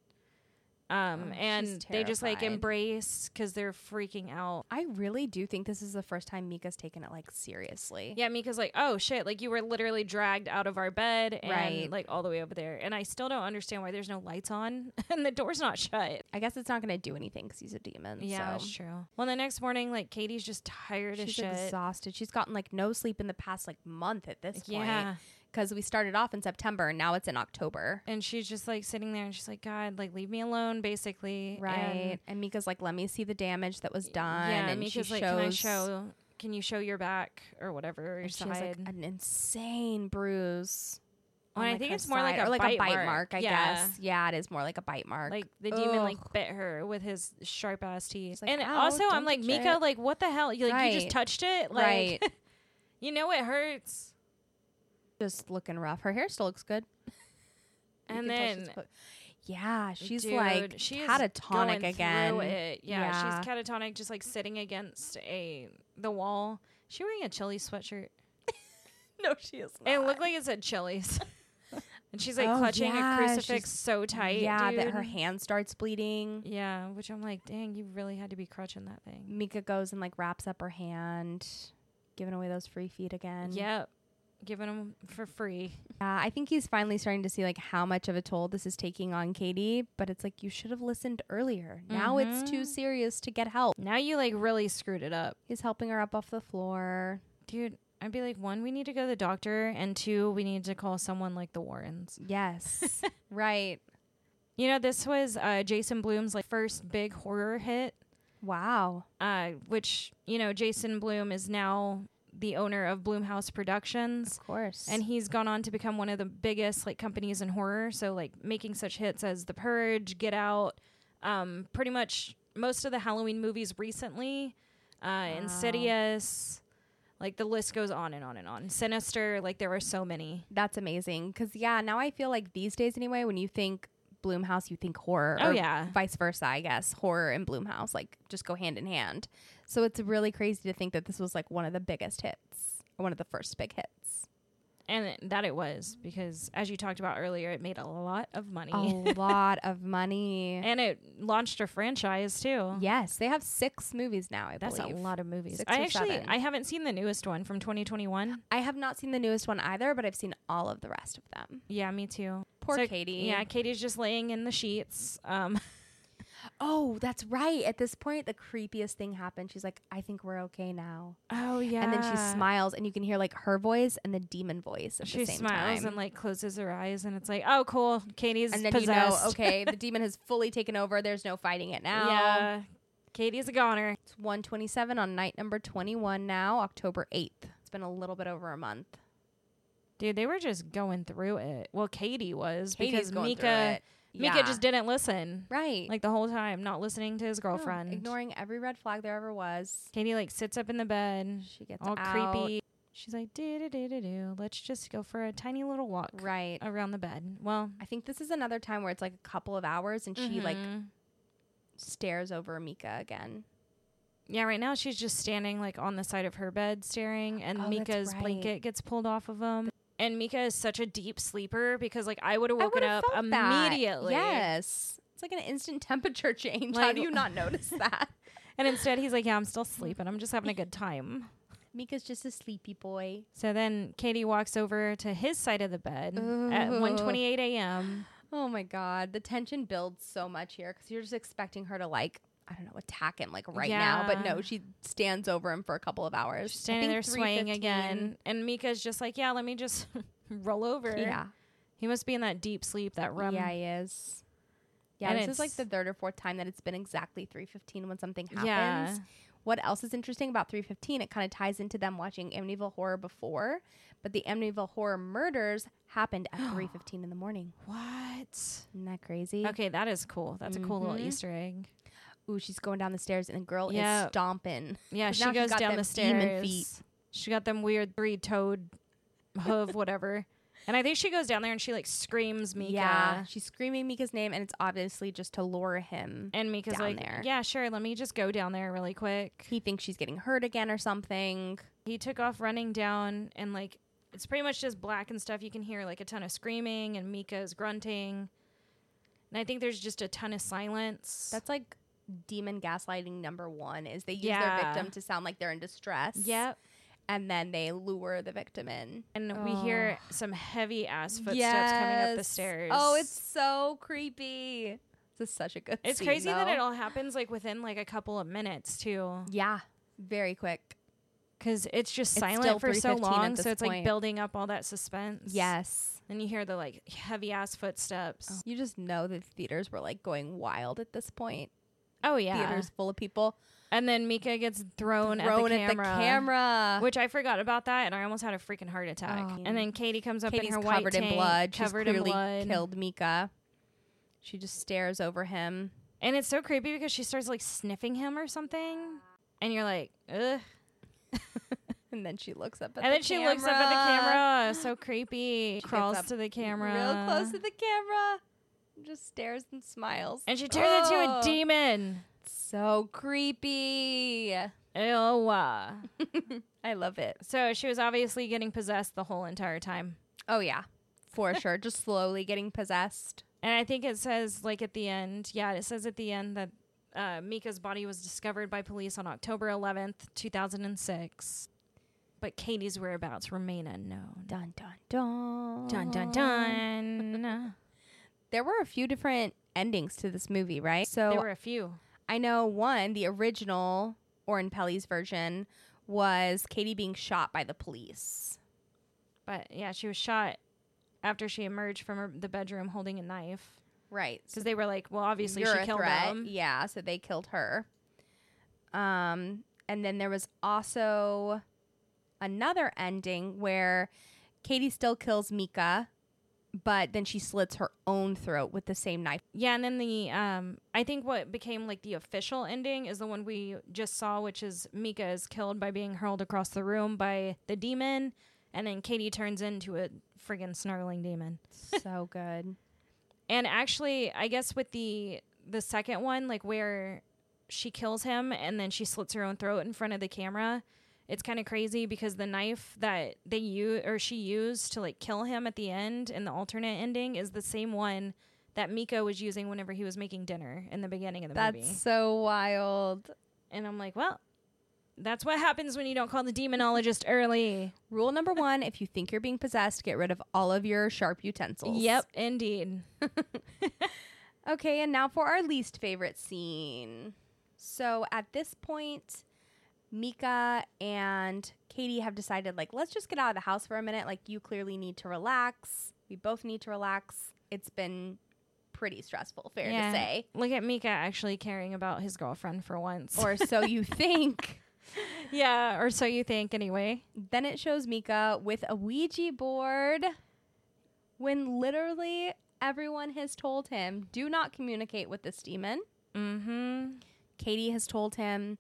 Speaker 1: Um,
Speaker 2: Oh, she's
Speaker 1: and they just like
Speaker 2: terrified.
Speaker 1: embrace because they're freaking out.
Speaker 2: I really do think this is the first time Mika's taken it like seriously.
Speaker 1: Yeah, Mika's like, oh shit, like you were literally dragged out of our bed and
Speaker 2: Right.
Speaker 1: like all the way over there. And I still don't understand why there's no lights on and the door's not shut.
Speaker 2: I guess it's not going to do anything because he's a demon.
Speaker 1: Yeah,
Speaker 2: so.
Speaker 1: that's true. Well, the next morning, like Katie's just tired as
Speaker 2: She's
Speaker 1: shit.
Speaker 2: exhausted. She's gotten like no sleep in the past like month at this point.
Speaker 1: Yeah.
Speaker 2: Because we started off in September and now it's in October.
Speaker 1: And she's just like sitting there and she's like, God, like leave me alone, basically. And-
Speaker 2: Right. And, Mika's like, let me see the damage that was done.
Speaker 1: yeah,
Speaker 2: and
Speaker 1: Mika's
Speaker 2: she
Speaker 1: like, Can
Speaker 2: shows,
Speaker 1: I show can you show your back or whatever or your
Speaker 2: and she has like
Speaker 1: side?
Speaker 2: an insane bruise.
Speaker 1: Well,
Speaker 2: on,
Speaker 1: I
Speaker 2: like,
Speaker 1: think
Speaker 2: her
Speaker 1: it's more like
Speaker 2: side-
Speaker 1: a,
Speaker 2: or like
Speaker 1: bite
Speaker 2: a bite mark, I
Speaker 1: Yeah.
Speaker 2: guess. Yeah, it is more like a bite mark.
Speaker 1: Like the demon
Speaker 2: Ugh.
Speaker 1: like bit her with his sharp ass teeth.
Speaker 2: She's like,
Speaker 1: and
Speaker 2: "Ow,
Speaker 1: also I'm
Speaker 2: don't
Speaker 1: like,
Speaker 2: touch
Speaker 1: Mika,
Speaker 2: it."
Speaker 1: like what the hell? You like you just
Speaker 2: Right.
Speaker 1: touched it? Like
Speaker 2: Right.
Speaker 1: you know it hurts.
Speaker 2: just looking rough. Her hair still looks good. You
Speaker 1: And
Speaker 2: can tell she's
Speaker 1: then
Speaker 2: put- yeah, she's
Speaker 1: dude,
Speaker 2: like
Speaker 1: she is going
Speaker 2: catatonic
Speaker 1: through
Speaker 2: again.
Speaker 1: it. Yeah,
Speaker 2: Yeah.
Speaker 1: she's catatonic, just like sitting against a the wall. Is She wearing a chili sweatshirt.
Speaker 2: No, she is
Speaker 1: It looked like it said Chili's. and she's like
Speaker 2: Oh,
Speaker 1: clutching
Speaker 2: yeah,
Speaker 1: a crucifix
Speaker 2: she's-
Speaker 1: so tight.
Speaker 2: yeah, that
Speaker 1: dude.
Speaker 2: her hand starts bleeding.
Speaker 1: Yeah, which I'm like, dang, you really had to be crutching that thing.
Speaker 2: Mika goes and like wraps up her hand, giving away those free feet again.
Speaker 1: Yep. Giving them for free.
Speaker 2: Yeah, I think he's finally starting to see like how much of a toll this is taking on Katie, but it's like you should have listened earlier. Now it's too
Speaker 1: Mhm.
Speaker 2: serious to get help.
Speaker 1: Now you like really screwed it up.
Speaker 2: He's helping her up off the floor.
Speaker 1: Dude, I'd be like, one, we need to go to the doctor, and two, we need to call someone like the Warrens.
Speaker 2: Yes. right.
Speaker 1: You know, this was uh, Jason Bloom's like first big horror hit.
Speaker 2: Wow.
Speaker 1: uh, which you know Jason Bloom is now the owner of Bloomhouse Productions,
Speaker 2: Of course.
Speaker 1: and he's gone on to become one of the biggest like companies in horror. So like making such hits as The Purge, Get Out, um, pretty much most of the Halloween movies recently, uh, Insidious. Like the list goes on and on and on. Sinister, like there are so many.
Speaker 2: That's amazing. Cause yeah, now I feel like these days anyway, when you think Bloomhouse, you think horror.
Speaker 1: Oh
Speaker 2: or
Speaker 1: yeah,
Speaker 2: Vice versa, I guess. Horror and Bloomhouse like just go hand in hand. So it's really crazy to think that this was like one of the biggest hits, or one of the first big hits.
Speaker 1: and it- that it was because as you talked about earlier, it made a lot of money,
Speaker 2: A lot of money.
Speaker 1: and it launched a franchise too.
Speaker 2: Yes, they have six movies now. I
Speaker 1: That's
Speaker 2: believe.
Speaker 1: a lot of movies.
Speaker 2: Six
Speaker 1: I
Speaker 2: or
Speaker 1: actually
Speaker 2: seven.
Speaker 1: I haven't seen the newest one from 2021.
Speaker 2: I have not seen the newest one either, but I've seen all of the rest of them.
Speaker 1: Yeah, me too.
Speaker 2: Poor
Speaker 1: So,
Speaker 2: Katie.
Speaker 1: Yeah, Katie's just laying in the sheets. Um,
Speaker 2: Oh, that's right. At this point, the creepiest thing happened. She's like, "I think we're okay now,"
Speaker 1: oh yeah.
Speaker 2: and then she smiles, and you can hear like her voice and the demon voice at
Speaker 1: She
Speaker 2: the same
Speaker 1: smiles
Speaker 2: time.
Speaker 1: and like closes her eyes, and it's like, oh cool, Katie's
Speaker 2: and then
Speaker 1: possessed.
Speaker 2: you know, okay, the demon has fully taken over. There's no fighting it now.
Speaker 1: Yeah, Katie's a goner.
Speaker 2: It's 127 on night number 21 now, October 8th. It's been a little bit over a month.
Speaker 1: Dude, they were just going through it. Well, Katie was because
Speaker 2: Katie's going through
Speaker 1: Mika
Speaker 2: it.
Speaker 1: Mika
Speaker 2: Yeah.
Speaker 1: just didn't listen
Speaker 2: right
Speaker 1: like the whole time, not listening to his
Speaker 2: No,
Speaker 1: girlfriend.
Speaker 2: ignoring every red flag there ever was.
Speaker 1: Katie like sits up in the bed,
Speaker 2: She gets
Speaker 1: all
Speaker 2: out.
Speaker 1: creepy. She's like, do do do do do. Let's just go for a tiny little walk
Speaker 2: Right.
Speaker 1: around the bed. Well,
Speaker 2: I think this is another time where it's like a couple of hours and she like
Speaker 1: mhm.
Speaker 2: stares over Mika again.
Speaker 1: yeah. Right now, she's just standing like on the side of her bed, staring, and
Speaker 2: Oh, that's
Speaker 1: Mika's
Speaker 2: right.
Speaker 1: blanket gets pulled off of him. And Mika is such a deep sleeper because like I would have
Speaker 2: I
Speaker 1: woken
Speaker 2: would've
Speaker 1: up
Speaker 2: felt that.
Speaker 1: immediately.
Speaker 2: Yes. It's like an instant temperature change. How
Speaker 1: Like-
Speaker 2: do you not notice that?
Speaker 1: And instead, he's like, "Yeah, I'm still sleeping. I'm just having a good time."
Speaker 2: Mika's just a sleepy boy.
Speaker 1: So then Katie walks over to his side of the bed at
Speaker 2: Ugh.
Speaker 1: 1:28 a.m.
Speaker 2: Oh my god, the tension builds so much here because you're just expecting her to like I don't know attack him like right now, but
Speaker 1: Yeah.
Speaker 2: no, she stands over him for a couple of hours, I
Speaker 1: standing there
Speaker 2: think
Speaker 1: swaying
Speaker 2: 3:15.
Speaker 1: again. And Mika's just like, yeah, let me just roll over.
Speaker 2: Yeah,
Speaker 1: He must be in that deep sleep, that REM.
Speaker 2: yeah, he is. Yeah,
Speaker 1: And
Speaker 2: this is like
Speaker 1: it's-
Speaker 2: the third or fourth time that it's been exactly three fifteen when something happens.
Speaker 1: Yeah.
Speaker 2: What else is interesting about three fifteen? It kind of ties into them watching Amityville Horror before, but the Amityville Horror murders happened at three fifteen in the morning.
Speaker 1: What?
Speaker 2: Isn't that crazy?
Speaker 1: Okay, that is cool. That's a cool little
Speaker 2: Mhm.
Speaker 1: Easter egg.
Speaker 2: Ooh, she's going down the stairs and the girl
Speaker 1: Yeah.
Speaker 2: is stomping.
Speaker 1: Yeah,
Speaker 2: 'Cause
Speaker 1: she
Speaker 2: now she's
Speaker 1: goes
Speaker 2: got
Speaker 1: down the
Speaker 2: them demon
Speaker 1: stairs.
Speaker 2: feet.
Speaker 1: She got them weird three toed hoof, whatever. And I think she goes down there and she like screams Mika.
Speaker 2: Yeah, she's screaming Mika's name, and it's obviously just to lure him.
Speaker 1: And Mika's
Speaker 2: Down
Speaker 1: like,
Speaker 2: there.
Speaker 1: yeah, sure, let me just go down there really quick.
Speaker 2: He thinks she's getting hurt again or something.
Speaker 1: He took off running down and like it's pretty much just black and stuff. You can hear like a ton of screaming and Mika's grunting. And I think there's just a ton of silence.
Speaker 2: That's like demon gaslighting number one is they use their
Speaker 1: Yeah.
Speaker 2: victim to sound like they're in distress.
Speaker 1: yep.
Speaker 2: And then they lure the victim in.
Speaker 1: And we hear some heavy ass footsteps coming up the
Speaker 2: Yes.
Speaker 1: stairs.
Speaker 2: Oh, it's so creepy. This is such a good
Speaker 1: it's
Speaker 2: scene,
Speaker 1: crazy that
Speaker 2: though.
Speaker 1: it all happens like within like a couple of minutes too,
Speaker 2: Yeah. Very quick.
Speaker 1: because it's just
Speaker 2: It's still
Speaker 1: silent for so
Speaker 2: 3:15 at
Speaker 1: long.
Speaker 2: this
Speaker 1: So it's like
Speaker 2: point.
Speaker 1: building up all that suspense.
Speaker 2: Yes.
Speaker 1: Then you hear the like heavy ass footsteps.
Speaker 2: Oh. You just know the theaters were like going wild at this point.
Speaker 1: Oh, yeah.
Speaker 2: Theaters full of people
Speaker 1: And then Mika gets thrown,
Speaker 2: thrown
Speaker 1: at, the, camera,
Speaker 2: camera.
Speaker 1: Which I forgot about that, and I almost had a freaking heart attack.
Speaker 2: Oh.
Speaker 1: And then Katie comes up
Speaker 2: Katie's
Speaker 1: in her white
Speaker 2: covered in
Speaker 1: tank,
Speaker 2: blood.
Speaker 1: covered
Speaker 2: She's
Speaker 1: in
Speaker 2: clearly
Speaker 1: blood,
Speaker 2: killed Mika. She just stares over him.
Speaker 1: and it's so creepy because she starts like sniffing him or something, and you're like, ugh.
Speaker 2: And then she looks up at
Speaker 1: and
Speaker 2: the
Speaker 1: then she looks up at the camera, so creepy.
Speaker 2: She
Speaker 1: Crawls
Speaker 2: gets
Speaker 1: to the
Speaker 2: up
Speaker 1: camera,
Speaker 2: Real close to the camera. and Just stares and smiles.
Speaker 1: and she turns into a
Speaker 2: Oh,
Speaker 1: demon.
Speaker 2: So creepy.
Speaker 1: Ew.
Speaker 2: I love it.
Speaker 1: So she was obviously getting possessed the whole entire time.
Speaker 2: Oh yeah. For sure. Just slowly getting possessed.
Speaker 1: And I think it says like at the end, yeah, it says at the end that uh, Mika's body was discovered by police on October 11th, 2006. But Katie's whereabouts remain unknown.
Speaker 2: Dun dun dun.
Speaker 1: Dun dun dun.
Speaker 2: There were a few different endings to this movie, right? So
Speaker 1: there were a few.
Speaker 2: I know one, the original Oren Pelly's version was Katie being shot by the police.
Speaker 1: But yeah, she was shot after she emerged from her, the bedroom holding a knife.
Speaker 2: Right.
Speaker 1: Because they were like, well, obviously
Speaker 2: you're
Speaker 1: she
Speaker 2: a
Speaker 1: killed
Speaker 2: threat.
Speaker 1: them.
Speaker 2: Yeah, so they killed her. Um, and then there was also another ending where Katie still kills Mika, but then she slits her own throat with the same knife.
Speaker 1: Yeah, and then the um, I think what became like the official ending is the one we just saw, which is Mika is killed by being hurled across the room by the demon, and then Katie turns into a friggin' snarling demon.
Speaker 2: so good.
Speaker 1: And actually, I guess with the the second one, like where she kills him and then she slits her own throat in front of the camera, it's kind of crazy because the knife that they use or she used to like kill him at the end in the alternate ending is the same one that Miko was using whenever he was making dinner in the beginning of the
Speaker 2: That's
Speaker 1: movie.
Speaker 2: so wild.
Speaker 1: And I'm like, well, that's what happens when you don't call the demonologist early.
Speaker 2: Rule number one if you think you're being possessed, get rid of all of your sharp utensils.
Speaker 1: Yep, indeed.
Speaker 2: Okay, and now for our least favorite scene. So at this point, Mika and Katie have decided, like, let's just get out of the house for a minute. Like, you clearly need to relax. We both need to relax. It's been pretty stressful, fair
Speaker 1: Yeah.
Speaker 2: to say.
Speaker 1: Look at Mika actually caring about his girlfriend for once.
Speaker 2: Or so you think.
Speaker 1: yeah, or so you think anyway.
Speaker 2: Then it shows Mika with a Ouija board when literally everyone has told him, do not communicate with this demon.
Speaker 1: Mm-hmm.
Speaker 2: Katie has told him.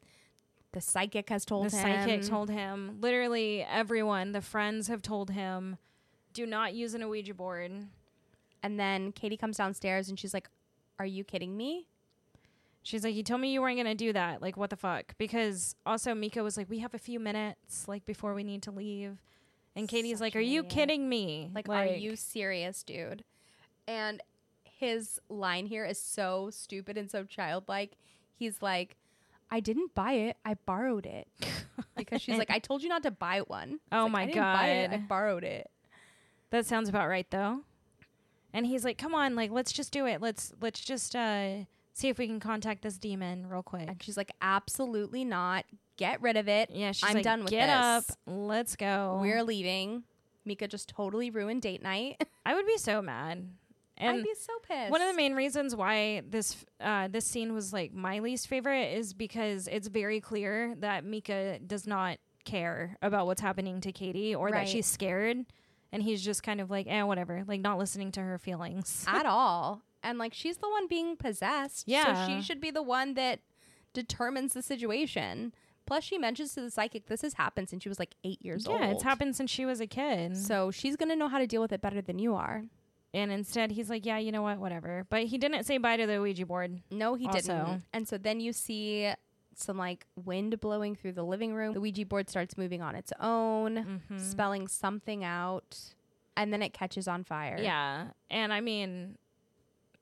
Speaker 2: The psychic has told
Speaker 1: the
Speaker 2: him.
Speaker 1: psychic told him. Literally everyone, the friends have told him, do not use an Ouija board.
Speaker 2: And then Katie comes downstairs and she's like, Are you kidding me?
Speaker 1: She's like, you told me you weren't gonna do that. Like, what the fuck? Because also Mika was like, we have a few minutes, like before we need to leave. And Katie's
Speaker 2: Such
Speaker 1: like,
Speaker 2: an
Speaker 1: are you
Speaker 2: idiot.
Speaker 1: kidding me?
Speaker 2: Like, are you serious, dude? And his line here is so stupid and so childlike. He's like, I didn't buy it. I borrowed it. Because she's like, I told you not to buy one. It's
Speaker 1: Oh
Speaker 2: like,
Speaker 1: my
Speaker 2: I didn't buy it, I
Speaker 1: God.
Speaker 2: borrowed it.
Speaker 1: That sounds about right though. And he's like, come on, like let's just do it. Let's let's just uh see if we can contact this demon real quick.
Speaker 2: And she's like, Absolutely not. Get rid of it.
Speaker 1: yeah, she's
Speaker 2: I'm
Speaker 1: like,
Speaker 2: done with
Speaker 1: get
Speaker 2: this.
Speaker 1: up, let's go.
Speaker 2: We're leaving. Mika just totally ruined date night.
Speaker 1: I would be so mad.
Speaker 2: I'd
Speaker 1: And
Speaker 2: be so pissed.
Speaker 1: one of the main reasons why this uh, this scene was like my least favorite is because it's very clear that Mika does not care about what's happening to Katie or that
Speaker 2: Right.
Speaker 1: she's scared, and he's just kind of like, eh, whatever, like not listening to her feelings.
Speaker 2: at all. And like she's the one being possessed.
Speaker 1: Yeah.
Speaker 2: So she should be the one that determines the situation. Plus she mentions to the psychic this has happened since she was like eight years
Speaker 1: yeah,
Speaker 2: old.
Speaker 1: it's happened since she was a kid.
Speaker 2: So she's gonna know how to deal with it better than you are.
Speaker 1: and instead, he's like, yeah, you know what, whatever. But he didn't say bye to the Ouija board.
Speaker 2: No, he
Speaker 1: Also-
Speaker 2: didn't. And so then you see some like wind blowing through the living room. The Ouija board starts moving on its own,
Speaker 1: Mm-hmm.
Speaker 2: spelling something out, and then it catches on fire.
Speaker 1: Yeah. And I mean,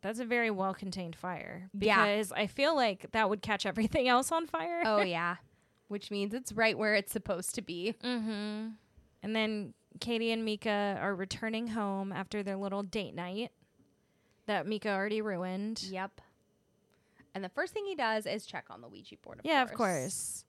Speaker 1: that's a very well contained fire
Speaker 2: Yeah.
Speaker 1: because I feel like that would catch everything else on fire.
Speaker 2: Oh yeah. Which means it's right where it's supposed to be.
Speaker 1: Mm-hmm. And then Katie and Mika are returning home after their little date night that Mika already ruined.
Speaker 2: Yep. And the first thing he does is check on the Ouija board. Of
Speaker 1: yeah,
Speaker 2: course.
Speaker 1: of course.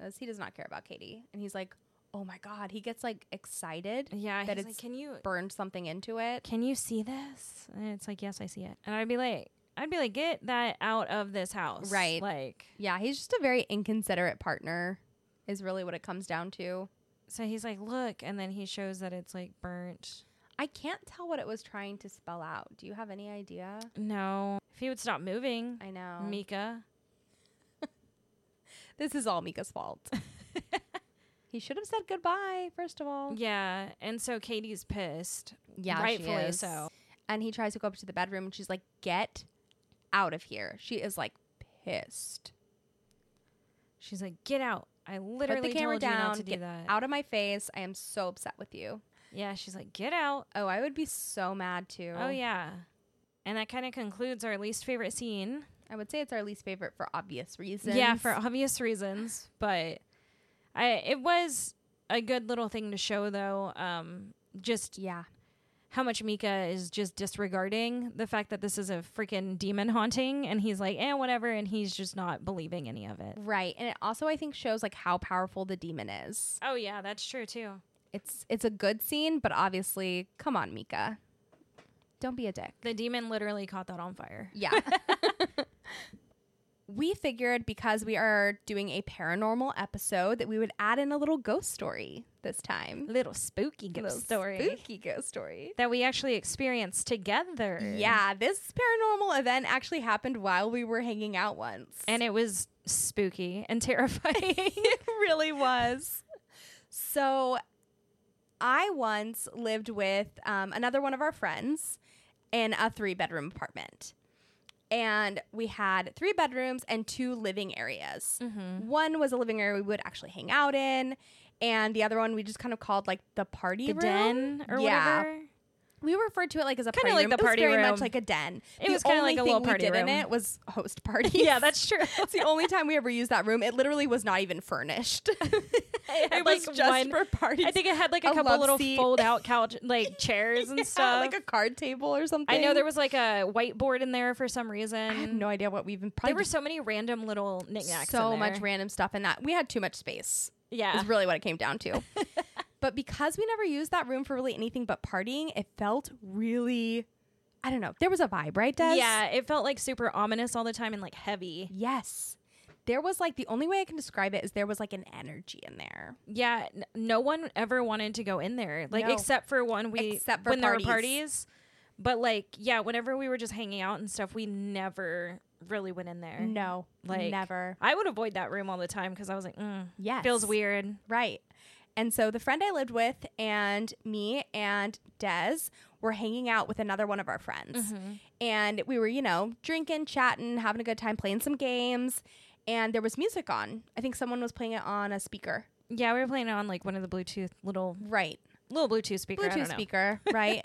Speaker 2: 'Cause He does not care about Katie, and he's like, "Oh my god!" He gets like excited,
Speaker 1: Yeah,
Speaker 2: That
Speaker 1: he's
Speaker 2: it's
Speaker 1: like, can you
Speaker 2: burned something into it.
Speaker 1: can you see this? And it's like, yes, I see it. And I'd be like, I'd be like, get that out of this house,
Speaker 2: Right.
Speaker 1: Like,
Speaker 2: Yeah, he's just a very inconsiderate partner, is really what it comes down to.
Speaker 1: so he's like, look, and then he shows that it's like burnt.
Speaker 2: I can't tell what it was trying to spell out. Do you have any idea?
Speaker 1: No, if he would stop moving,
Speaker 2: I know.
Speaker 1: Mika.
Speaker 2: This is all Mika's fault. he should have said goodbye, first of all.
Speaker 1: Yeah, and so Katie's pissed.
Speaker 2: Yeah, she
Speaker 1: rightfully
Speaker 2: is.
Speaker 1: so.
Speaker 2: And he tries to go up to the bedroom and she's like, get out of here. She is like pissed.
Speaker 1: She's like, get out. I literally
Speaker 2: Put the camera
Speaker 1: told you
Speaker 2: down.
Speaker 1: not to do
Speaker 2: get
Speaker 1: that.
Speaker 2: out of my face. I am so upset with you.
Speaker 1: Yeah, she's like, get out.
Speaker 2: Oh, I would be so mad too.
Speaker 1: Oh, yeah. And that kind of concludes our least favorite scene.
Speaker 2: I would say it's our least favorite for obvious reasons.
Speaker 1: Yeah, for obvious reasons. But I, it was a good little thing to show, though, um, just
Speaker 2: Yeah.
Speaker 1: how much Mika is just disregarding the fact that this is a freaking demon haunting. And he's like, eh, whatever. And he's just not believing any of it.
Speaker 2: Right. And it also I think shows like how powerful the demon is.
Speaker 1: Oh, yeah, that's true, too.
Speaker 2: It's it's a good scene, but obviously, come on, Mika. Don't be a dick.
Speaker 1: The demon literally caught that on fire.
Speaker 2: Yeah. we figured because we are doing a paranormal episode that we would add in a little ghost story this time.
Speaker 1: Little spooky ghost
Speaker 2: Little
Speaker 1: story.
Speaker 2: Spooky ghost story.
Speaker 1: That we actually experienced together.
Speaker 2: Yeah, this paranormal event actually happened while we were hanging out once.
Speaker 1: And it was spooky and terrifying.
Speaker 2: it really was. So I once lived with um, another one of our friends in a three bedroom apartment. And we had three bedrooms and two living areas.
Speaker 1: Mm-hmm.
Speaker 2: One was a living area we would actually hang out in, and the other one we just kind of called like the party
Speaker 1: the
Speaker 2: room.
Speaker 1: den or
Speaker 2: Yeah.
Speaker 1: whatever.
Speaker 2: We referred to it like as a
Speaker 1: Kinda
Speaker 2: party
Speaker 1: like
Speaker 2: room.
Speaker 1: the
Speaker 2: It was
Speaker 1: party
Speaker 2: very
Speaker 1: room.
Speaker 2: much like a den.
Speaker 1: It
Speaker 2: The
Speaker 1: was kinda like
Speaker 2: only
Speaker 1: a little
Speaker 2: thing we
Speaker 1: party
Speaker 2: did in
Speaker 1: room.
Speaker 2: it was host parties.
Speaker 1: Yeah, that's true.
Speaker 2: It's the only time we ever used that room. It literally was not even furnished. it
Speaker 1: had,
Speaker 2: was
Speaker 1: like,
Speaker 2: just
Speaker 1: one-
Speaker 2: for parties.
Speaker 1: I think it had like a,
Speaker 2: A
Speaker 1: couple
Speaker 2: love
Speaker 1: little
Speaker 2: seat.
Speaker 1: fold out couch like chairs and
Speaker 2: Yeah,
Speaker 1: stuff.
Speaker 2: like a card table or something.
Speaker 1: I know there was like a whiteboard in there for some
Speaker 2: I have
Speaker 1: reason.
Speaker 2: no idea what we even probably
Speaker 1: there were so many random little
Speaker 2: just
Speaker 1: knickknacks.
Speaker 2: so
Speaker 1: in
Speaker 2: much
Speaker 1: there.
Speaker 2: random stuff in that. We had too much space.
Speaker 1: yeah.
Speaker 2: Is really what it came down to. but because we never used that room for really anything but partying, it felt really. I don't know. There was a vibe, right, Des?
Speaker 1: Yeah, it felt like super ominous all the time and like heavy.
Speaker 2: Yes. There was like the only way I can describe it is there was like an energy in there.
Speaker 1: Yeah, n- no one ever wanted to go in there, like
Speaker 2: No.
Speaker 1: except for one we
Speaker 2: Except for
Speaker 1: when there were
Speaker 2: parties.
Speaker 1: parties. But like, yeah, whenever we were just hanging out and stuff, we never really went in there.
Speaker 2: No,
Speaker 1: Eh. Like-
Speaker 2: never.
Speaker 1: I would avoid that room all the time because I was like, mm,
Speaker 2: Yes.
Speaker 1: feels weird.
Speaker 2: Right. And so the friend I lived with and me and Des were hanging out with another one of our
Speaker 1: Mm-hmm.
Speaker 2: friends. And we were, you know, drinking, chatting, having a good time, playing some games. And there was music on. I think someone was playing it on a speaker.
Speaker 1: Yeah, we were playing it on like one of the Bluetooth little
Speaker 2: Right.
Speaker 1: little Bluetooth speaker. I don't
Speaker 2: Bluetooth
Speaker 1: know.
Speaker 2: speaker, right?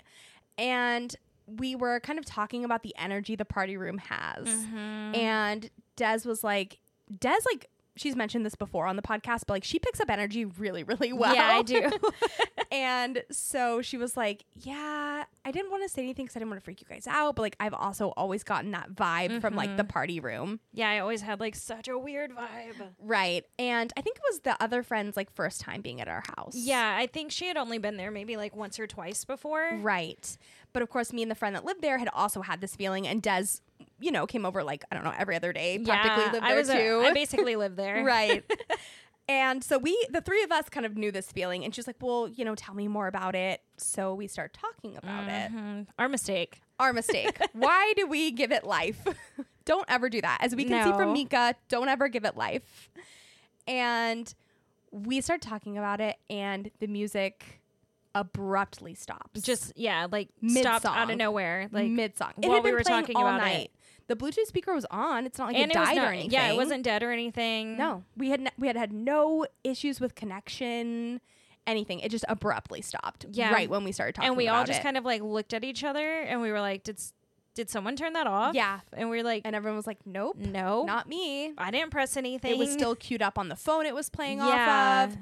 Speaker 2: and we were kind of talking about the energy the party room has.
Speaker 1: Mm-hmm.
Speaker 2: And Des was like, Des, like, she's mentioned this before on the podcast, but like, she picks up energy really, really well.
Speaker 1: Yeah, I do.
Speaker 2: and so she was like, Yeah, I didn't want to say anything because I didn't want to freak you guys out, but like, I've also always gotten that vibe from like the
Speaker 1: Mm-hmm.
Speaker 2: party room.
Speaker 1: yeah, I always had like such a weird vibe.
Speaker 2: Right. And I think it was the other friend's like first time being at our house.
Speaker 1: Yeah, I think she had only been there maybe like once or twice before.
Speaker 2: Right. But of course, me and the friend that lived there had also had this feeling, and Des, you know, came over like, I don't know, every other day, practically
Speaker 1: yeah,
Speaker 2: lived
Speaker 1: I
Speaker 2: there
Speaker 1: was
Speaker 2: too.
Speaker 1: A, I basically lived there.
Speaker 2: right. And so we, the three of us, kind of knew this feeling, and she's like, well, you know, tell me more about it. So we start talking about it.
Speaker 1: Mhm. Our mistake.
Speaker 2: Our mistake. Why do we give it life? don't ever do that. As we can see from
Speaker 1: No.
Speaker 2: Mika, don't ever give it life. And we start talking about it, and the music abruptly stops.
Speaker 1: Just yeah, like
Speaker 2: Mid-song.
Speaker 1: stopped out of nowhere. Like
Speaker 2: mid song.
Speaker 1: while we were talking about it.
Speaker 2: The Bluetooth speaker was on. It's not like
Speaker 1: and
Speaker 2: it,
Speaker 1: was
Speaker 2: died
Speaker 1: not-
Speaker 2: or anything.
Speaker 1: Yeah, it wasn't dead or anything.
Speaker 2: No, we had n we had had no issues with connection, anything. It just abruptly stopped.
Speaker 1: Yeah.
Speaker 2: right when we started talking.
Speaker 1: And we all
Speaker 2: about
Speaker 1: just
Speaker 2: it.
Speaker 1: kind of like looked at each other and we were like, did s- did someone turn that off?
Speaker 2: yeah,
Speaker 1: And we are like,
Speaker 2: and everyone was like, "Nope,
Speaker 1: no,
Speaker 2: not me."
Speaker 1: I didn't press anything.
Speaker 2: It was still queued up on the phone. It was playing off of.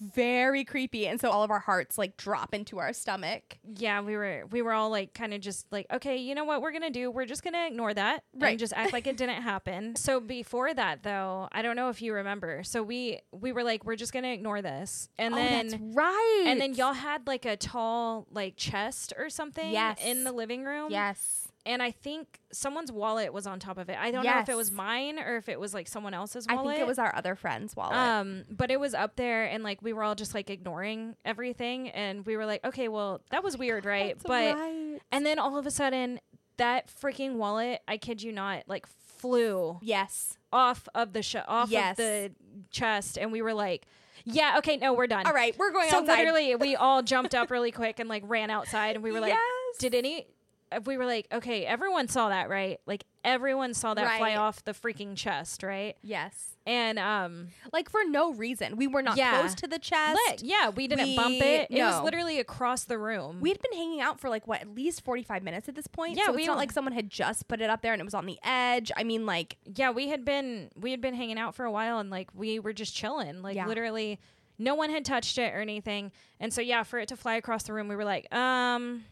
Speaker 2: Very creepy, and so all of our hearts like drop into our stomach.
Speaker 1: Yeah, we were we were all like kind of just like, okay, you know what we're gonna do? We're just gonna ignore that
Speaker 2: Right.
Speaker 1: and just act like it didn't happen. So before that though, I don't know if you remember. So we we were like, we're just gonna ignore this, and
Speaker 2: oh,
Speaker 1: then
Speaker 2: that's right,
Speaker 1: and then y'all had like a tall like chest or something
Speaker 2: Yes.
Speaker 1: in the living room.
Speaker 2: yes,
Speaker 1: and I think someone's wallet was on top of it. I don't know if
Speaker 2: Yes.
Speaker 1: it was mine or if it was like someone else's
Speaker 2: I
Speaker 1: wallet.
Speaker 2: think it was our other friend's wallet.
Speaker 1: Um, but it was up there, and like we were all just like ignoring everything, and we were like, okay, well that was weird, right?
Speaker 2: That's
Speaker 1: but
Speaker 2: right.
Speaker 1: and then all of a sudden, that freaking wallet, I kid you not, like flew
Speaker 2: yes,
Speaker 1: off of the sh- off
Speaker 2: Yes.
Speaker 1: of the chest, and we were like, yeah, okay, no, we're done.
Speaker 2: all right, we're going
Speaker 1: So
Speaker 2: outside.
Speaker 1: literally, we all jumped up really quick and like ran outside, and we were like,
Speaker 2: Yes.
Speaker 1: did any? If we were like, okay, everyone saw that, right? Like everyone saw that
Speaker 2: Right.
Speaker 1: fly off the freaking chest, right?
Speaker 2: yes,
Speaker 1: And um,
Speaker 2: like for no reason. We were not
Speaker 1: Yeah.
Speaker 2: close to the chest.
Speaker 1: Lit. Yeah, we didn't
Speaker 2: We-
Speaker 1: bump it. It was
Speaker 2: no.
Speaker 1: literally across the room.
Speaker 2: We'd been hanging out for like what at least forty five minutes at this point.
Speaker 1: Yeah,
Speaker 2: so it's
Speaker 1: we
Speaker 2: not
Speaker 1: don't-
Speaker 2: like someone had just put it up there and it was on the edge. I mean, like
Speaker 1: yeah, we had been we had been hanging out for a while and like we were just chilling. Like
Speaker 2: Yeah.
Speaker 1: literally no one had touched it or anything. And so yeah, for it to fly across the room, we were like, um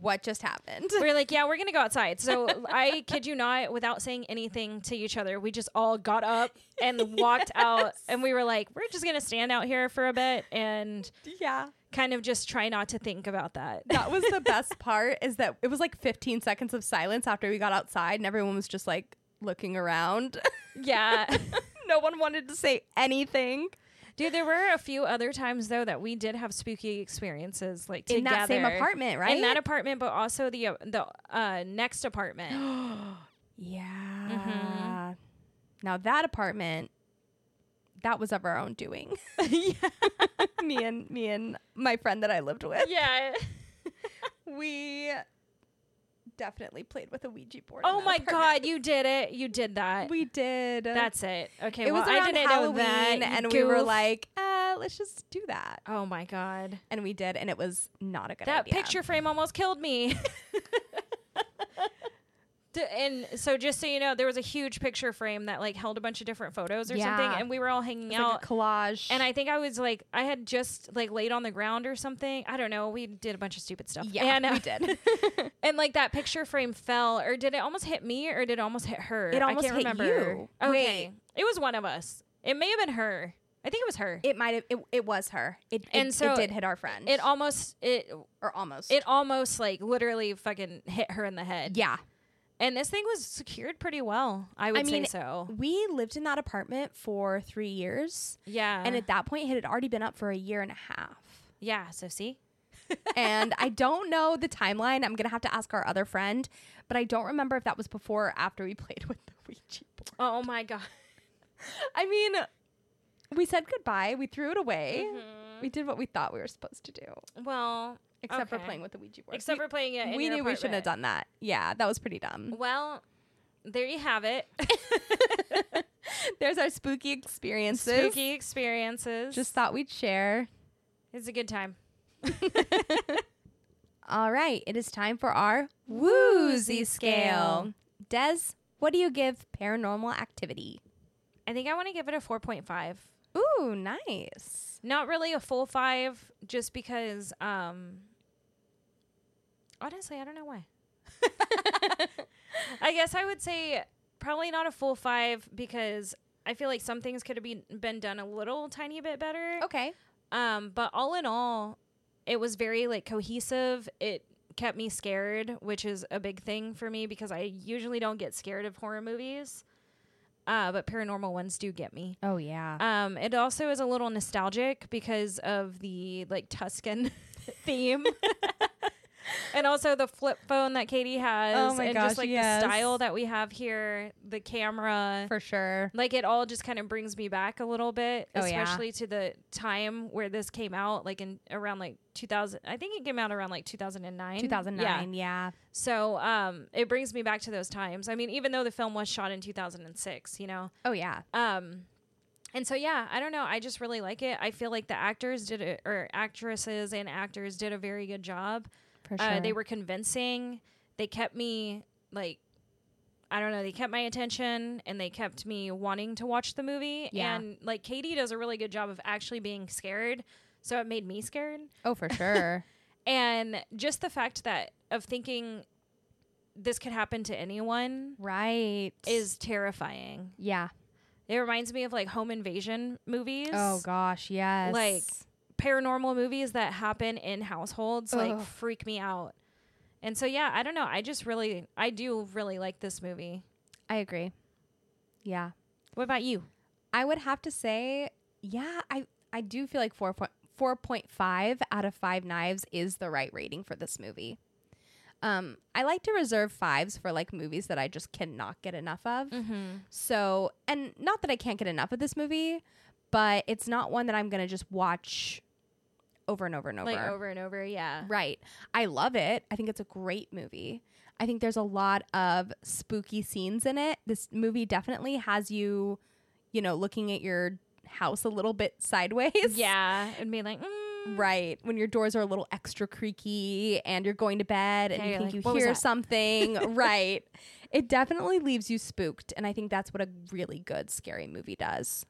Speaker 2: what just happened?
Speaker 1: we were like, yeah, we're gonna go outside. So I kid you not, without saying anything to each other, we just all got up and walked out and we were like, We're just gonna stand out here for a bit and
Speaker 2: yeah,
Speaker 1: kind of just try not to think about that.
Speaker 2: that was the best part. Is that it was like fifteen seconds of silence after we got outside and everyone was just like looking around.
Speaker 1: yeah.
Speaker 2: no one wanted to say anything
Speaker 1: Dude, there were a few other times though that we did have spooky experiences, like
Speaker 2: in
Speaker 1: together
Speaker 2: that same apartment, right?
Speaker 1: in that apartment, but also the uh, the uh, next apartment.
Speaker 2: yeah. Mm-hmm. Now that apartment, that was of our own doing.
Speaker 1: yeah,
Speaker 2: me and me and my friend that I lived with.
Speaker 1: yeah.
Speaker 2: We definitely played with a Ouija board. in
Speaker 1: Oh
Speaker 2: that
Speaker 1: my
Speaker 2: apartment.
Speaker 1: god, you did it! You did that.
Speaker 2: we did.
Speaker 1: That's it. Okay,
Speaker 2: it
Speaker 1: well
Speaker 2: was
Speaker 1: I
Speaker 2: around
Speaker 1: didn't
Speaker 2: Halloween,
Speaker 1: know that, you
Speaker 2: and we were
Speaker 1: goof.
Speaker 2: like, uh, let's just do that,
Speaker 1: oh my god,
Speaker 2: and we did, and it was not a good
Speaker 1: that
Speaker 2: idea.
Speaker 1: picture frame almost killed me. D- And so, just so you know, there was a huge picture frame that like held a bunch of different photos or
Speaker 2: Yeah.
Speaker 1: something, and we were all hanging
Speaker 2: It's
Speaker 1: out.
Speaker 2: like a collage,
Speaker 1: And I think I was like, I had just like laid on the ground or something. I don't know. We did a bunch of stupid stuff.
Speaker 2: yeah,
Speaker 1: and, uh,
Speaker 2: we did.
Speaker 1: And like that picture frame fell, or did it almost hit me, or did it almost hit her?
Speaker 2: It almost
Speaker 1: I can't
Speaker 2: hit
Speaker 1: remember.
Speaker 2: you.
Speaker 1: Okay,
Speaker 2: Wait.
Speaker 1: it was one of us. It may have been her. I think it was her. It,
Speaker 2: it might have. It, it was her. It, it-
Speaker 1: And so
Speaker 2: it did hit our friend.
Speaker 1: almost it
Speaker 2: or almost.
Speaker 1: it almost like literally fucking hit her in the head.
Speaker 2: yeah.
Speaker 1: And this thing was secured pretty well. I would
Speaker 2: I mean,
Speaker 1: say so.
Speaker 2: We lived in that apartment for three years,
Speaker 1: Yeah.
Speaker 2: and at that point, it had already been up for a year and a half.
Speaker 1: yeah. So see.
Speaker 2: and I don't know the timeline. I'm gonna have to ask our other friend, but I don't remember if that was before or after we played with the Ouija board.
Speaker 1: Oh my god.
Speaker 2: I mean, we said goodbye. We threw it
Speaker 1: Eh?
Speaker 2: away.
Speaker 1: Mm-hmm.
Speaker 2: We did what we thought we were supposed to do,
Speaker 1: Well,
Speaker 2: except for
Speaker 1: Okay.
Speaker 2: playing with the Ouija board.
Speaker 1: except
Speaker 2: we,
Speaker 1: for playing it. in
Speaker 2: we
Speaker 1: your
Speaker 2: knew we shouldn't have
Speaker 1: apartment.
Speaker 2: done that. Yeah, that was pretty dumb.
Speaker 1: Well, there you have it.
Speaker 2: There's our spooky experiences.
Speaker 1: Spooky experiences.
Speaker 2: Just thought we'd share.
Speaker 1: it's a good time.
Speaker 2: All right, it is time for our woozy scale. Des, what do you give paranormal activity?
Speaker 1: I think I want to give it a 4.5.
Speaker 2: Ooh, nice.
Speaker 1: Not really a full 5 just because um honestly, I don't know why. I guess I would say probably not a full 5 because I feel like some things could have been been done a little tiny bit better.
Speaker 2: Okay.
Speaker 1: Um, but all in all, it was very like cohesive. It kept me scared, which is a big thing for me because I usually don't get scared of horror movies. Uh, but paranormal ones do get me.
Speaker 2: Oh yeah.
Speaker 1: Um, it also is a little nostalgic because of the like Tuscan theme. and also the flip phone that Katie has,
Speaker 2: Oh my
Speaker 1: and
Speaker 2: gosh,
Speaker 1: just like
Speaker 2: yes.
Speaker 1: the style that we have here, the camera,
Speaker 2: for sure.
Speaker 1: like it all just kind of brings me back a little bit,
Speaker 2: Oh, yeah.
Speaker 1: especially to the time where this came out, like in around like 2000. I think it came out around like 2009.
Speaker 2: 2009, yeah.
Speaker 1: So um, it brings me back to those times. I mean, even though the film was shot in 2006, you know.
Speaker 2: Oh yeah.
Speaker 1: Um, and so yeah, I don't know. I just really like it. I feel like the actors did a, or actresses and actors did a very good job.
Speaker 2: For
Speaker 1: Uh, they were convincing. They kept me like I don't know, they kept my attention and they kept me wanting to watch the movie.
Speaker 2: Yeah.
Speaker 1: And like Katie does a really good job of actually being scared. So it made me scared.
Speaker 2: Oh, for sure.
Speaker 1: And just the fact that of thinking this could happen to anyone
Speaker 2: right.
Speaker 1: is terrifying.
Speaker 2: yeah.
Speaker 1: It reminds me of like home invasion movies.
Speaker 2: Oh gosh, yes.
Speaker 1: Like, paranormal movies that happen in households like
Speaker 2: Ugh.
Speaker 1: freak me out. And so yeah, I don't know. I just really I do really like this movie.
Speaker 2: I agree. Yeah.
Speaker 1: What about you?
Speaker 2: I would have to say, yeah, I I do feel like 4 4.5 out of 5 knives is the right rating for this movie. Um, I like to reserve fives for like movies that I just cannot get enough of.
Speaker 1: Mm-hmm.
Speaker 2: So, and not that I can't get enough of this movie, but it's not one that I'm going to just watch over and over and over.
Speaker 1: Like over and over, yeah.
Speaker 2: Right. I love it. I think it's a great movie. I think there's a lot of spooky scenes in it. This movie definitely has you, you know, looking at your house a little bit sideways.
Speaker 1: Yeah, and being like, mm.
Speaker 2: Right. When your doors are a little extra creaky and you're going to bed and
Speaker 1: Yeah,
Speaker 2: you
Speaker 1: you're
Speaker 2: think
Speaker 1: like,
Speaker 2: you
Speaker 1: "What was
Speaker 2: hear
Speaker 1: that?"
Speaker 2: something. right. It definitely leaves you spooked. And I think that's what a really good scary movie does.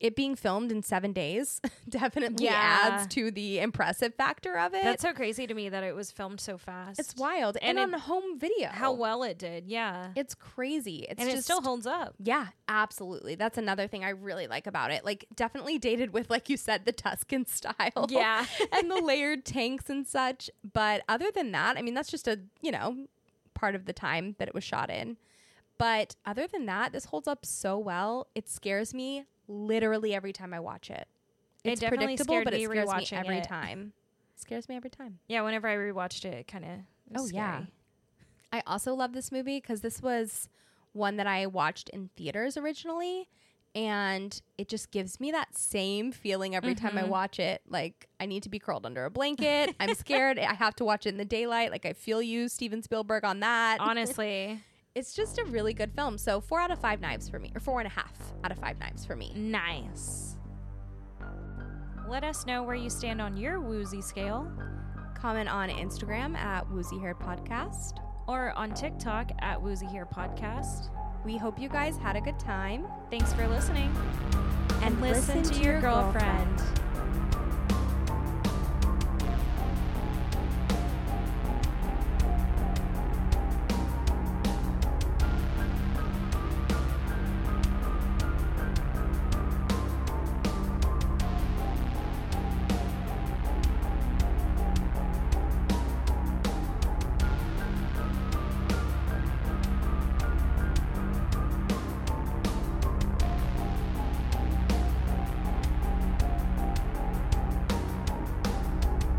Speaker 2: It being filmed in seven days definitely
Speaker 1: Yeah.
Speaker 2: adds to the impressive factor of it.
Speaker 1: that's so crazy to me that it was filmed so fast.
Speaker 2: It's wild. And,
Speaker 1: And
Speaker 2: on home video.
Speaker 1: how well it did, yeah.
Speaker 2: it's crazy. It's
Speaker 1: and
Speaker 2: just
Speaker 1: it still holds up.
Speaker 2: yeah, absolutely. That's another thing I really like about it. Like definitely dated with like you said the Tuscan style.
Speaker 1: Yeah.
Speaker 2: and the layered tanks and such, but other than that, I mean that's just a, you know, part of the time that it was shot in. But other than that, this holds up so well. It scares me literally every time I watch it.
Speaker 1: It
Speaker 2: It's
Speaker 1: definitely
Speaker 2: predictable,
Speaker 1: scared
Speaker 2: but it
Speaker 1: me
Speaker 2: scares me
Speaker 1: rewatching
Speaker 2: every
Speaker 1: it.
Speaker 2: time. Scares me every time.
Speaker 1: Yeah, whenever I rewatched it, it kind of.
Speaker 2: Oh, yeah. I also love this movie because this was one that I watched in theaters originally, and it just gives me that same feeling every time I
Speaker 1: Mhm.
Speaker 2: watch it. Like I need to be curled under a blanket. I'm scared. I have to watch it in the daylight. Like I feel you, Steven Spielberg, on that.
Speaker 1: Honestly,
Speaker 2: it's just a really good film. So four out of five knives for me, or four and a half out of five knives for me.
Speaker 1: nice. Let us know where you stand on your woozy scale
Speaker 2: Comment on Instagram at Woozy Hair Podcast.
Speaker 1: or on TikTok at Woozy Here Podcast.
Speaker 2: We hope you guys had a good time
Speaker 1: Thanks for listening and listen, to, your girlfriend.